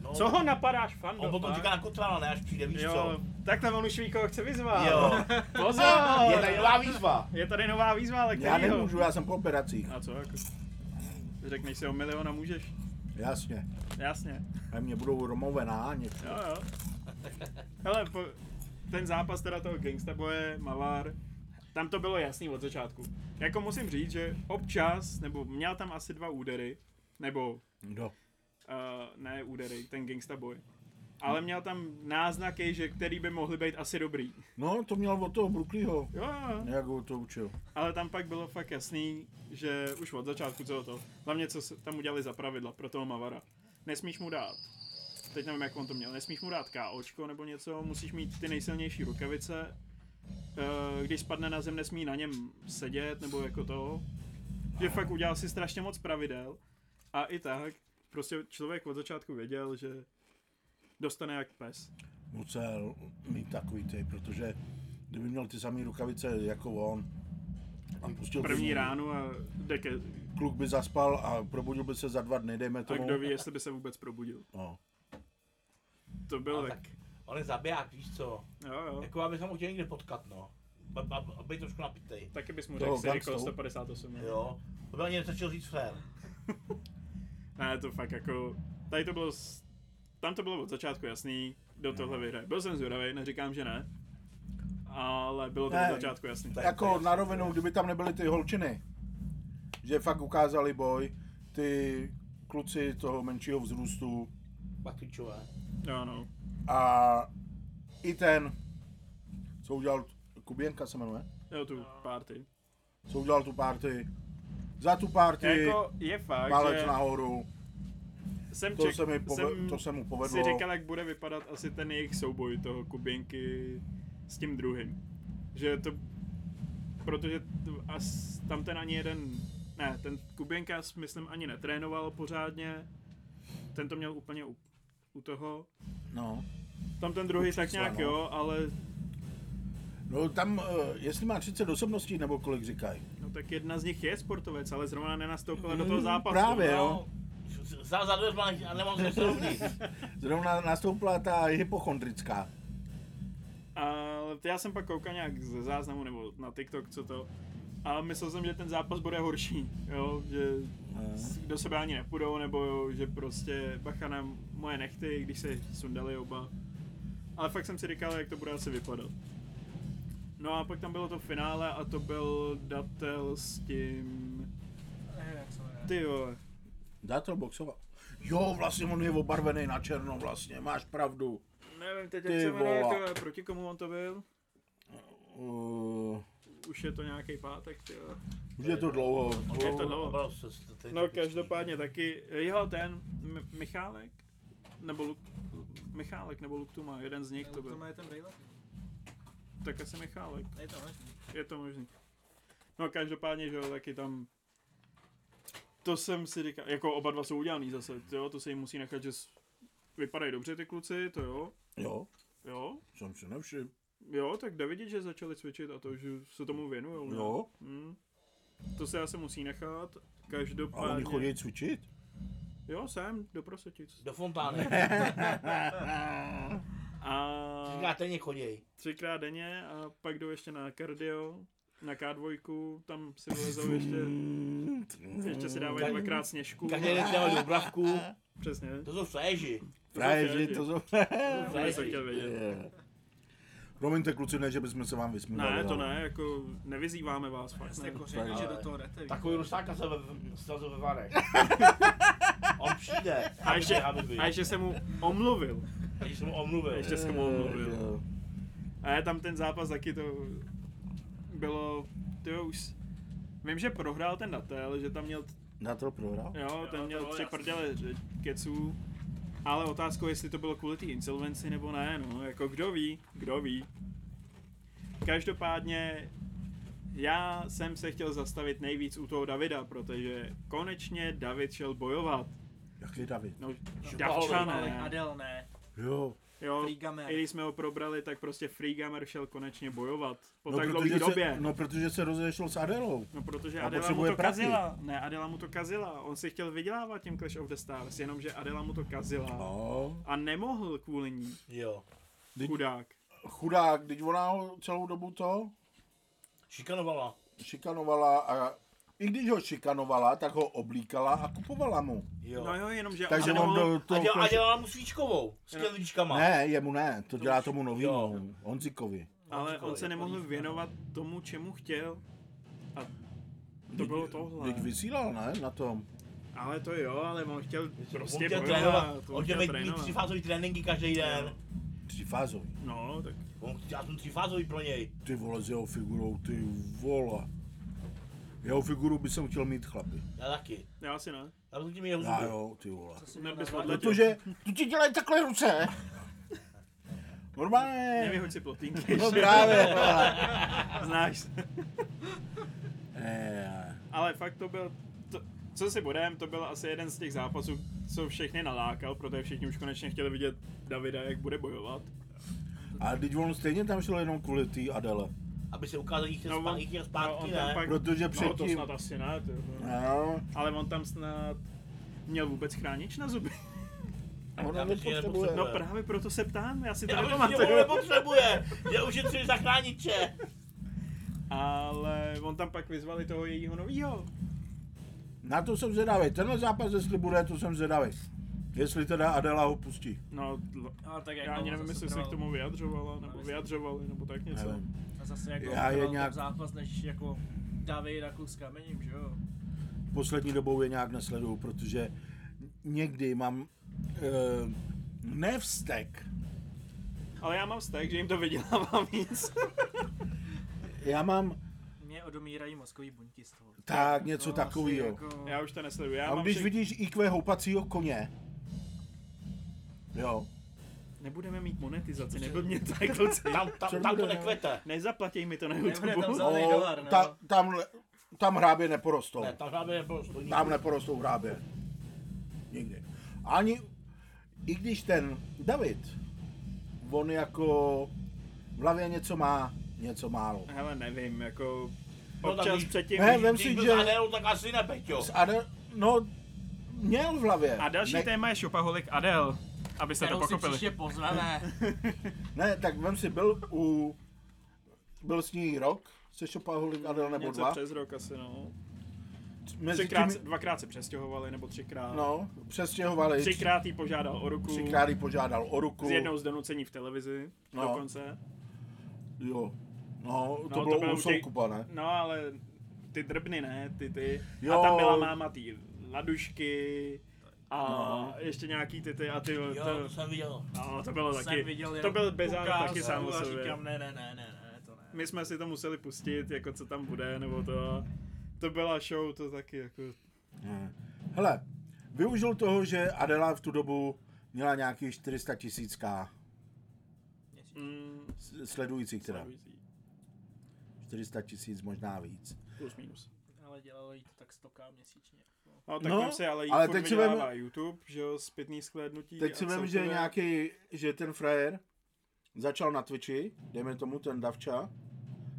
Speaker 3: No,
Speaker 1: Co ho napadáš,
Speaker 3: On
Speaker 1: fando?
Speaker 3: potom
Speaker 1: fakt?
Speaker 3: čeká na Kotrana, ne, až přijde, víš
Speaker 1: Jo,
Speaker 3: co?
Speaker 1: takhle on už ví, koho chce vyzvat.
Speaker 3: Jo. Je
Speaker 1: Pozor!
Speaker 3: tady nová výzva.
Speaker 1: Je tady nová výzva, ale
Speaker 2: Já
Speaker 1: kterýho?
Speaker 2: nemůžu, já jsem po operacích.
Speaker 1: A co jako? Řekneš si o milion a můžeš?
Speaker 2: Jasně.
Speaker 1: Jasně.
Speaker 2: A mě budou romové nánět.
Speaker 1: Jo, jo. Hele, po, ten zápas teda toho Gangsta Boye, Mavar, tam to bylo jasný od začátku. Jako musím říct, že občas, nebo měl tam asi dva údery, nebo uh,
Speaker 2: Kdo?
Speaker 1: ne údery, ten Gangsta Boy. Ale měl tam náznaky, že který by mohly být asi dobrý.
Speaker 2: No, to měl od toho Brooklyho.
Speaker 1: Jo, jo.
Speaker 2: Jak ho to učil.
Speaker 1: Ale tam pak bylo fakt jasný, že už od začátku celého to. Hlavně, co se tam udělali za pravidla pro toho Mavara. Nesmíš mu dát. Teď nevím, jak on to měl. Nesmíš mu dát KOčko nebo něco, musíš mít ty nejsilnější rukavice. Eh, Když spadne na zem, nesmí na něm sedět nebo jako to. Že fakt udělal si strašně moc pravidel. A i tak, prostě člověk od začátku věděl, že dostane jak pes.
Speaker 2: Musel mít takový ty, protože kdyby měl ty samé rukavice jako on, a pustil by
Speaker 1: První
Speaker 2: mu-
Speaker 1: ránu a jde ke,
Speaker 2: kluk by zaspal a probudil by se za dva dny, dejme
Speaker 1: a
Speaker 2: tomu.
Speaker 1: kdo ví, jestli by se vůbec probudil.
Speaker 2: No.
Speaker 1: To byl
Speaker 3: Ale
Speaker 1: tak.
Speaker 3: tak, on je zabiják, víš co?
Speaker 1: Jo, jo.
Speaker 3: Jako aby jsem ho chtěl někde potkat, no. Ab- ab- Aby trošku napitej.
Speaker 1: Taky bys mu
Speaker 2: Toho
Speaker 1: řekl jako Siriko
Speaker 2: gangstou?
Speaker 1: 158. Jo.
Speaker 3: Jo. To by ani nestačil říct frér.
Speaker 1: Ne, to fakt jako, tady to bylo, s- tam to bylo od začátku jasný, do tohle vyhraje. Byl jsem zvědavý, neříkám, že ne, ale bylo to
Speaker 2: Ne.
Speaker 1: od začátku jasný.
Speaker 3: Tak.
Speaker 2: Jako na rovinu, kdyby tam nebyly ty holčiny, že fakt ukázali boj, ty kluci toho menšího vzrůstu
Speaker 3: Pak klíčové.
Speaker 1: Jo, no.
Speaker 2: a i ten, co udělal, Kuběnka se jmenuje,
Speaker 1: Jo, tu party.
Speaker 2: co udělal tu party, za tu party,
Speaker 1: Jako je fakt,
Speaker 2: palec
Speaker 1: že
Speaker 2: nahoru,
Speaker 1: jsem,
Speaker 2: to,
Speaker 1: ček,
Speaker 2: se mi pove-
Speaker 1: jsem
Speaker 2: to se mu
Speaker 1: si
Speaker 2: povedlo.
Speaker 1: říkal, jak bude vypadat asi ten jejich souboj toho Kubinky s tím druhým. Že to, protože t- as, tam ten ani jeden Ne, ten Kubenka, myslím, ani netrénoval pořádně. Ten to měl úplně u, u toho.
Speaker 2: No.
Speaker 1: Tam ten druhý
Speaker 2: Určitě,
Speaker 1: tak nějak
Speaker 2: no.
Speaker 1: jo, ale
Speaker 2: No tam, eh, jestli má 30 osobností, nebo kolik říkají.
Speaker 1: no, tak jedna z nich je sportovec, ale zrovna nenastoupila do toho zápasu.
Speaker 2: Mm,
Speaker 1: no.
Speaker 2: právě, jo.
Speaker 3: Za, za dveřma nech- a nemám se srovnit.
Speaker 2: Zrovna nastoupila ta hypochondrická.
Speaker 1: Ale já jsem pak koukal nějak ze záznamu nebo na TikTok, co to. A myslel jsem, že ten zápas bude horší, jo, že s- do sebe ani nepůjdou, nebo jo, že prostě bacha na moje nechty, když se sundali oba. Ale fakt jsem si říkal, jak to bude asi vypadat. No a pak tam bylo to finále a to byl datel s tím...
Speaker 4: Nevím, jak se jmenuje.
Speaker 1: Ty vole.
Speaker 2: Dátel boxovat. Jo, vlastně on je obarvený na černo vlastně, máš pravdu.
Speaker 1: Nevím teď,
Speaker 2: Ty
Speaker 1: jak se jmenuje,
Speaker 2: vole.
Speaker 1: ty vole, proti komu on to byl.
Speaker 2: Uh,
Speaker 1: Už je to nějaký pátek, ty vole.
Speaker 2: už je to dlouho.
Speaker 1: Je to dlouho.
Speaker 3: Opravdu se- to- to je
Speaker 1: No
Speaker 3: typický.
Speaker 1: každopádně taky, jo ten M- Michálek, nebo Luk, Michálek nebo Luktuma, jeden z nich to byl.
Speaker 4: To je ten Bejla?
Speaker 1: Tak asi Michálek,
Speaker 4: Je to možný.
Speaker 1: je to možný. No každopádně, že jo, taky tam, to jsem si říkal, jako oba dva jsou udělaný zase, jo, to se jim musí nechat, že s- vypadají dobře ty kluci, to jo,
Speaker 2: Jo,
Speaker 1: jo.
Speaker 2: jsem si nevšiml.
Speaker 1: Jo, tak jde vidět, že začali cvičit a to, že se tomu věnují.
Speaker 2: Jo,
Speaker 1: Hmm. To se asi musí nechat.
Speaker 2: a oni
Speaker 1: Každopádně.
Speaker 2: chodí cvičit.
Speaker 1: Jo, sem, do prosetic.
Speaker 3: Do fontány.
Speaker 1: A...
Speaker 3: Říká, ten choděj.
Speaker 1: třikrát denně a pak jdou ještě na kardio, na K2, tam si vylezou ještě, ještě si dávají dvakrát sněžku.
Speaker 3: Každý den si dáme dobravku.
Speaker 1: Přesně.
Speaker 3: To jsou fréži.
Speaker 2: Právě, že to jsou...
Speaker 3: To jsou
Speaker 1: To jsem
Speaker 3: fréži.
Speaker 1: chtěl vědět.
Speaker 2: Je. Promiňte kluci, ne, že bychom se vám vysmívali.
Speaker 1: Ne, to
Speaker 2: ale-
Speaker 1: ne, jako nevyzýváme vás fakt.
Speaker 4: Jste
Speaker 1: Ne.
Speaker 4: koření, Jako že do toho jdete. víš.
Speaker 3: Takový rusáka se ve, srazil ve varech. On přijde,
Speaker 1: A
Speaker 3: aby
Speaker 1: ještě,
Speaker 3: byl, aby byl.
Speaker 1: a ještě jsem mu omluvil.
Speaker 3: Když jsem mu omluvil.
Speaker 1: Ještě
Speaker 2: Eh,
Speaker 1: jsem mu omluvil. A je tam ten zápas taky to bylo, ty už Vím, že prohrál ten datel, že tam měl
Speaker 2: Na to prohrál?
Speaker 1: Jo,
Speaker 4: Jo,
Speaker 1: ten
Speaker 4: to
Speaker 1: měl
Speaker 4: bylo
Speaker 1: tři
Speaker 4: jasný.
Speaker 1: prdele že- keců, ale otázkou, jestli to bylo kvůli té insolvenci nebo ne, no, jako kdo ví, kdo ví. Každopádně já jsem se chtěl zastavit nejvíc u toho Davida, protože konečně David šel bojovat.
Speaker 2: Jak je David?
Speaker 1: No,
Speaker 4: Ale
Speaker 1: Davčané.
Speaker 4: Adel ne.
Speaker 2: Jo.
Speaker 1: Jo,
Speaker 4: Freegamer.
Speaker 1: i když jsme ho probrali, tak prostě Freegamer šel konečně bojovat. Po
Speaker 2: no,
Speaker 1: tak
Speaker 2: protože
Speaker 1: dlouhé době.
Speaker 2: Se, no, protože se rozešel s Adelou.
Speaker 1: No protože
Speaker 2: A
Speaker 1: Adela mu
Speaker 2: potřebuje
Speaker 1: to
Speaker 2: prachy.
Speaker 1: kazila. Ne, Adela mu to kazila. On si chtěl vydělávat tím Clash of the Stars, jenomže Adela mu to kazila.
Speaker 2: No.
Speaker 1: A nemohl kvůli ní,
Speaker 3: Jo.
Speaker 2: Teď-
Speaker 1: chudák.
Speaker 2: Chudák, když ona ho celou dobu to
Speaker 3: Šikanovala.
Speaker 2: šikanovala a i když ho šikanovala, tak ho oblíkala a kupovala mu.
Speaker 3: Jo.
Speaker 1: No jo, jenomže
Speaker 2: Takže
Speaker 1: Adela
Speaker 2: on do
Speaker 3: a,
Speaker 2: toho...
Speaker 3: děla, a
Speaker 2: Clash-
Speaker 3: dělala mu svíčkovou. S kelíčkama.
Speaker 2: Ne, jemu ne, to dělá tomu
Speaker 3: jo.
Speaker 2: novému, Honzikovi.
Speaker 1: ale
Speaker 3: Honzíkovi,
Speaker 1: on se nemohl
Speaker 3: Honzíkovi.
Speaker 1: věnovat tomu, čemu chtěl. A to bylo tohle.
Speaker 2: Teď vysílal, ne, na tom.
Speaker 1: Ale to jo, ale on chtěl
Speaker 3: On
Speaker 1: prostě
Speaker 3: chtěl
Speaker 1: bojovat.
Speaker 3: trénovat. On chtěl mít- mít třifázový tréninky každý den.
Speaker 2: Třifázový.
Speaker 1: No, tak
Speaker 3: On chtěl, já jsem třifázový pro něj.
Speaker 2: Ty vole s jeho figurou, ty vole. Jeho figuru by jsem chtěl mít chlapi.
Speaker 3: Já taky.
Speaker 1: já si ne.
Speaker 3: Já bych tím jeho
Speaker 2: Já
Speaker 3: zuby.
Speaker 2: jo, ty vole.
Speaker 4: Co si
Speaker 1: Ne,
Speaker 4: měl
Speaker 1: bys
Speaker 3: No,
Speaker 4: na vládě?
Speaker 1: odletěl.
Speaker 2: Protože tu ti dělají takhle ruce. Normálně.
Speaker 1: Nevyhoď si plotínky.
Speaker 2: No právě. vole.
Speaker 1: Znáš se.
Speaker 2: Eh,
Speaker 1: Ale fakt to byl, to, co si budem, to byl asi jeden z těch zápasů, co všechny nalákal, protože všichni už konečně chtěli vidět Davida, jak bude bojovat.
Speaker 2: A teď on stejně tam šel jenom kvůli té Adele.
Speaker 3: Aby se ukázal jich
Speaker 1: No, on-
Speaker 3: zpátky, jich zpátky,
Speaker 1: on tam
Speaker 3: ne?
Speaker 1: pak-
Speaker 2: Protože
Speaker 1: No to
Speaker 2: předtím...
Speaker 1: snad asi ne, to,
Speaker 2: No,
Speaker 1: ale on tam snad měl vůbec chránič na zuby.
Speaker 2: ono
Speaker 3: Já myslím, že
Speaker 2: nepotřebuje.
Speaker 1: No
Speaker 3: Ne.
Speaker 1: právě proto se ptám, já si to
Speaker 3: Já bych tě
Speaker 1: nepamatuju.
Speaker 3: nepotřebuje. Já už je tři zachrániče.
Speaker 1: Ale on tam pak vyzvali toho jejího novýho.
Speaker 2: Na to jsem zvědavý. Tenhle zápas, jestli bude, to jsem zvědavý. Jestli teda Adela ho pustí.
Speaker 1: No, dl-
Speaker 4: Ale tak jak
Speaker 1: já ani
Speaker 4: dlouho
Speaker 1: nevím,
Speaker 4: zase
Speaker 1: jestli se k
Speaker 4: trvalo.
Speaker 1: tomu vyjadřovala, nebo
Speaker 4: myslím.
Speaker 1: vyjadřovali, nebo tak něco.
Speaker 2: Nevím.
Speaker 4: A zase jako
Speaker 2: Já je
Speaker 4: trval
Speaker 2: nějak-
Speaker 4: ten zápas, než jako David a kluk s kamením, že jo?
Speaker 2: Poslední dobou je nějak nesleduju, protože někdy mám eh, ne vztek.
Speaker 1: Ale já mám vztek, že jim to vydělávám víc.
Speaker 2: Já mám
Speaker 4: Mě odomírají mozkový buňky z toho.
Speaker 2: tak něco
Speaker 4: asi
Speaker 2: takového.
Speaker 4: Jako...
Speaker 1: Já už to nesleduju. Já
Speaker 2: A
Speaker 1: mám
Speaker 2: když
Speaker 1: všech-
Speaker 2: vidíš IQ houpacího koně, jo,
Speaker 1: Nebudeme mít monetizaci, nebyl mě tak kluci.
Speaker 2: no?
Speaker 3: Tam, tam, tam to nekvete.
Speaker 1: Nezaplatěj mi to na
Speaker 4: Nebude tam
Speaker 1: YouTube.
Speaker 4: Zelený
Speaker 2: O,
Speaker 4: dolar, no.
Speaker 2: ta, tam Tam hrábě neporostou.
Speaker 3: Ne, tam žádný nebyl stolní.
Speaker 2: Tam neporostou hrábě. Nikdy. Ani, i když ten David, on jako v hlavě něco má, něco málo.
Speaker 1: Hele, nevím, jako
Speaker 3: No, tak
Speaker 1: občas
Speaker 3: víš-
Speaker 1: předtím...
Speaker 2: Ne,
Speaker 1: Ne,
Speaker 2: vem
Speaker 3: Když
Speaker 2: si,
Speaker 3: byl
Speaker 2: že-
Speaker 3: za Adélou, tak asi ne, Peťo.
Speaker 2: S Adel, no, měl v hlavě.
Speaker 1: a další
Speaker 2: ne,
Speaker 1: téma je šopaholik Adel, abyste to
Speaker 4: Kterou si
Speaker 1: pochopili.
Speaker 4: příště pozveme.
Speaker 2: Ne, tak vem si, byl u, byl s ní rok, se šopaholik Adel nebo
Speaker 1: Něco
Speaker 2: dva.
Speaker 1: přes rok asi, no.
Speaker 2: Mezi
Speaker 1: Třikrát,
Speaker 2: tím,
Speaker 1: dvakrát se přestěhovali, nebo třikrát.
Speaker 2: no, přestěhovali, třikrát,
Speaker 1: Třikrát jí požádal o ruku.
Speaker 2: třikrát jí požádal o ruku.
Speaker 1: S jednou z donucení v televizi,
Speaker 2: No.
Speaker 1: no. dokonce.
Speaker 2: Jo. No, to
Speaker 1: to
Speaker 2: bylo
Speaker 1: bylo
Speaker 2: u
Speaker 1: u
Speaker 2: Soukupa, ne?
Speaker 1: No ale ty drbny ne, ty ty.
Speaker 2: Jo.
Speaker 1: A tam byla máma ty ladušky a
Speaker 2: No.
Speaker 1: no. ještě nějaký ty ty a ty.
Speaker 3: Jo, to
Speaker 1: to,
Speaker 3: jsem viděl.
Speaker 1: no, to bylo
Speaker 4: Jsem
Speaker 1: taky.
Speaker 4: viděl
Speaker 1: to
Speaker 4: jenom
Speaker 1: byl bezár
Speaker 4: ukázku
Speaker 1: taky sám o
Speaker 4: a
Speaker 1: sobě.
Speaker 4: Říkám, ne, ne, ne, ne, ne, to ne.
Speaker 1: My jsme si to museli pustit, jako co tam bude, nebo to. To byla show, to taky jako.
Speaker 2: Ne. Hmm. Hele, využil toho, že Adela v tu dobu měla nějakých 400 tisícká
Speaker 1: Mm,
Speaker 2: s- sledujících teda.
Speaker 1: sledující.
Speaker 2: 400 tisíc možná víc.
Speaker 1: Plus minus.
Speaker 4: Ale dělalo jí to tak 100k měsíčně. No.
Speaker 1: No tak
Speaker 2: No,
Speaker 1: no, si ale,
Speaker 2: ale
Speaker 1: ale
Speaker 2: teď
Speaker 1: teď
Speaker 2: si vem-
Speaker 1: vydělává YouTube, že jo, zpětný sklédnutí.
Speaker 2: Teď si
Speaker 1: a
Speaker 2: vím, že
Speaker 1: celkově-
Speaker 2: nějaký, že ten frajer začal na Twitchi, dejme tomu ten Davča,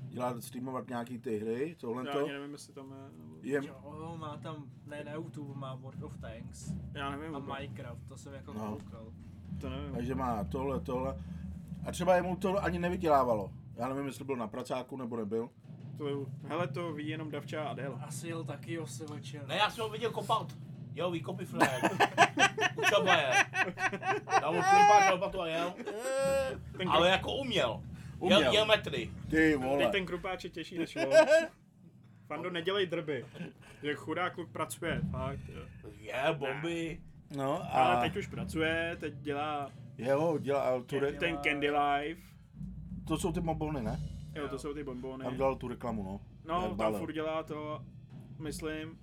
Speaker 2: dělá streamovat nějaký ty hry, tohle
Speaker 1: Já
Speaker 2: to.
Speaker 1: ani nevím, jestli tam je, nebo...
Speaker 2: Je,
Speaker 4: Jo, má tam, ne na YouTube, má World of Tanks
Speaker 1: Já nevím,
Speaker 4: a
Speaker 1: vůbec.
Speaker 4: Minecraft, to jsem jako
Speaker 2: No.
Speaker 4: koukal.
Speaker 1: to nevím.
Speaker 2: takže má tohle, tohle. A třeba jemu to ani nevydělávalo. Já nevím, jestli byl na pracáku nebo nebyl.
Speaker 1: To, hele, to ví jenom Davča a Adel.
Speaker 4: Asi jel taky osvočil.
Speaker 3: Ne, já jsem ho viděl kopat. Jo, výkopy flag. U Čabaje. Dal mu pár lopatu a jel.
Speaker 1: Ten,
Speaker 3: Ale jako uměl.
Speaker 2: Uměl.
Speaker 3: Jel, jel metry.
Speaker 2: Ty
Speaker 1: kru-
Speaker 2: vole.
Speaker 1: teď ten krupáč je těžší než on. Fando, nedělej drby. Že chudá kluk pracuje, fakt. jo.
Speaker 3: Je, bomby.
Speaker 2: No a...
Speaker 1: Ale teď už pracuje, teď dělá
Speaker 2: Jo, dělal tu re...
Speaker 1: ten Candy Life.
Speaker 2: To jsou ty mobily, ne?
Speaker 1: Jo, to jsou ty bonbony.
Speaker 2: Tam dělal tu reklamu, no. Jak
Speaker 1: No, tam
Speaker 2: balil.
Speaker 1: furt dělá to, myslím.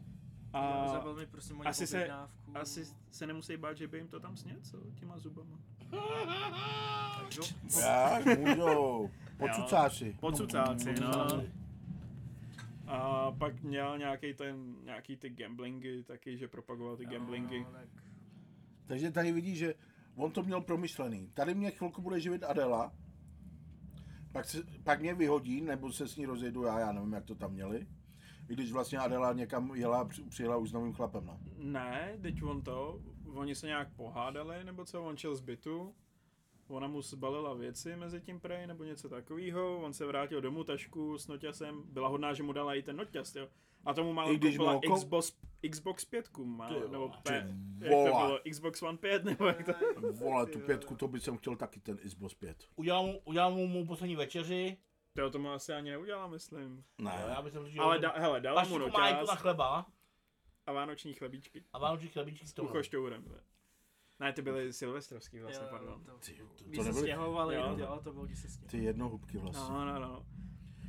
Speaker 4: A...
Speaker 1: A
Speaker 4: Zabil mi prosím moji
Speaker 1: asi se-
Speaker 4: objednávku.
Speaker 1: asi se nemusí bát, že by jim to tam sněco, těma zubama.
Speaker 4: Jo,
Speaker 2: Jak můžou. Pocucáši.
Speaker 1: Pocucáci, no. A pak měl nějaký ten, nějaký ty gamblingy taky, že propagoval ty gamblingy.
Speaker 4: tak
Speaker 2: Takže tady vidí, že on to měl promyšlený. Tady mě chvilku bude živit Adela, pak, se, pak mě vyhodí, nebo se s ní rozjedu já, já nevím, jak to tam měli. I když vlastně Adela někam jela, a při- přijela už s novým chlapem, no.
Speaker 1: Ne, teď on to, oni se nějak pohádali, nebo co, on šel z bytu, ona mu zbalila věci mezi tím prej, nebo něco takového, on se vrátil domů tašku s noťasem, byla hodná, že mu dala i ten noťas, jo. A tomu
Speaker 2: I
Speaker 1: málo
Speaker 2: když
Speaker 1: koupila
Speaker 2: mu oko-
Speaker 1: Xbox, Xbox 5, má,
Speaker 3: Ty
Speaker 1: nebo
Speaker 3: vole.
Speaker 1: P, jak
Speaker 2: Ty
Speaker 1: to
Speaker 2: vole.
Speaker 1: bylo, Xbox One 5, nebo jak to...
Speaker 2: Vole, tu pětku, to by jsem chtěl taky ten Xbox 5.
Speaker 3: Udělal mu, udělal mu, mu poslední večeři.
Speaker 1: To, to mu asi ani neudělala, myslím.
Speaker 3: Jo,
Speaker 2: Ne.
Speaker 3: já bych se říkal,
Speaker 1: Ale
Speaker 3: že-
Speaker 1: da, hele, dala mu
Speaker 3: Paštiku má i tu na
Speaker 1: noťas
Speaker 3: chleba
Speaker 1: a vánoční chlebíčky.
Speaker 3: a vánoční chlebíčky s
Speaker 1: S
Speaker 3: tou.
Speaker 1: uchošťourem. vole. Ne, ty byly silvestrovský
Speaker 4: jo,
Speaker 1: vlastně, pardon.
Speaker 4: to,
Speaker 2: Ty, to,
Speaker 4: když
Speaker 2: to
Speaker 4: se
Speaker 2: nebyly
Speaker 4: stěhovali,
Speaker 1: Jo.
Speaker 4: jo. dělalo to bylo, když se stěhovali.
Speaker 2: ty jednohubky vlastně.
Speaker 1: No, no, no.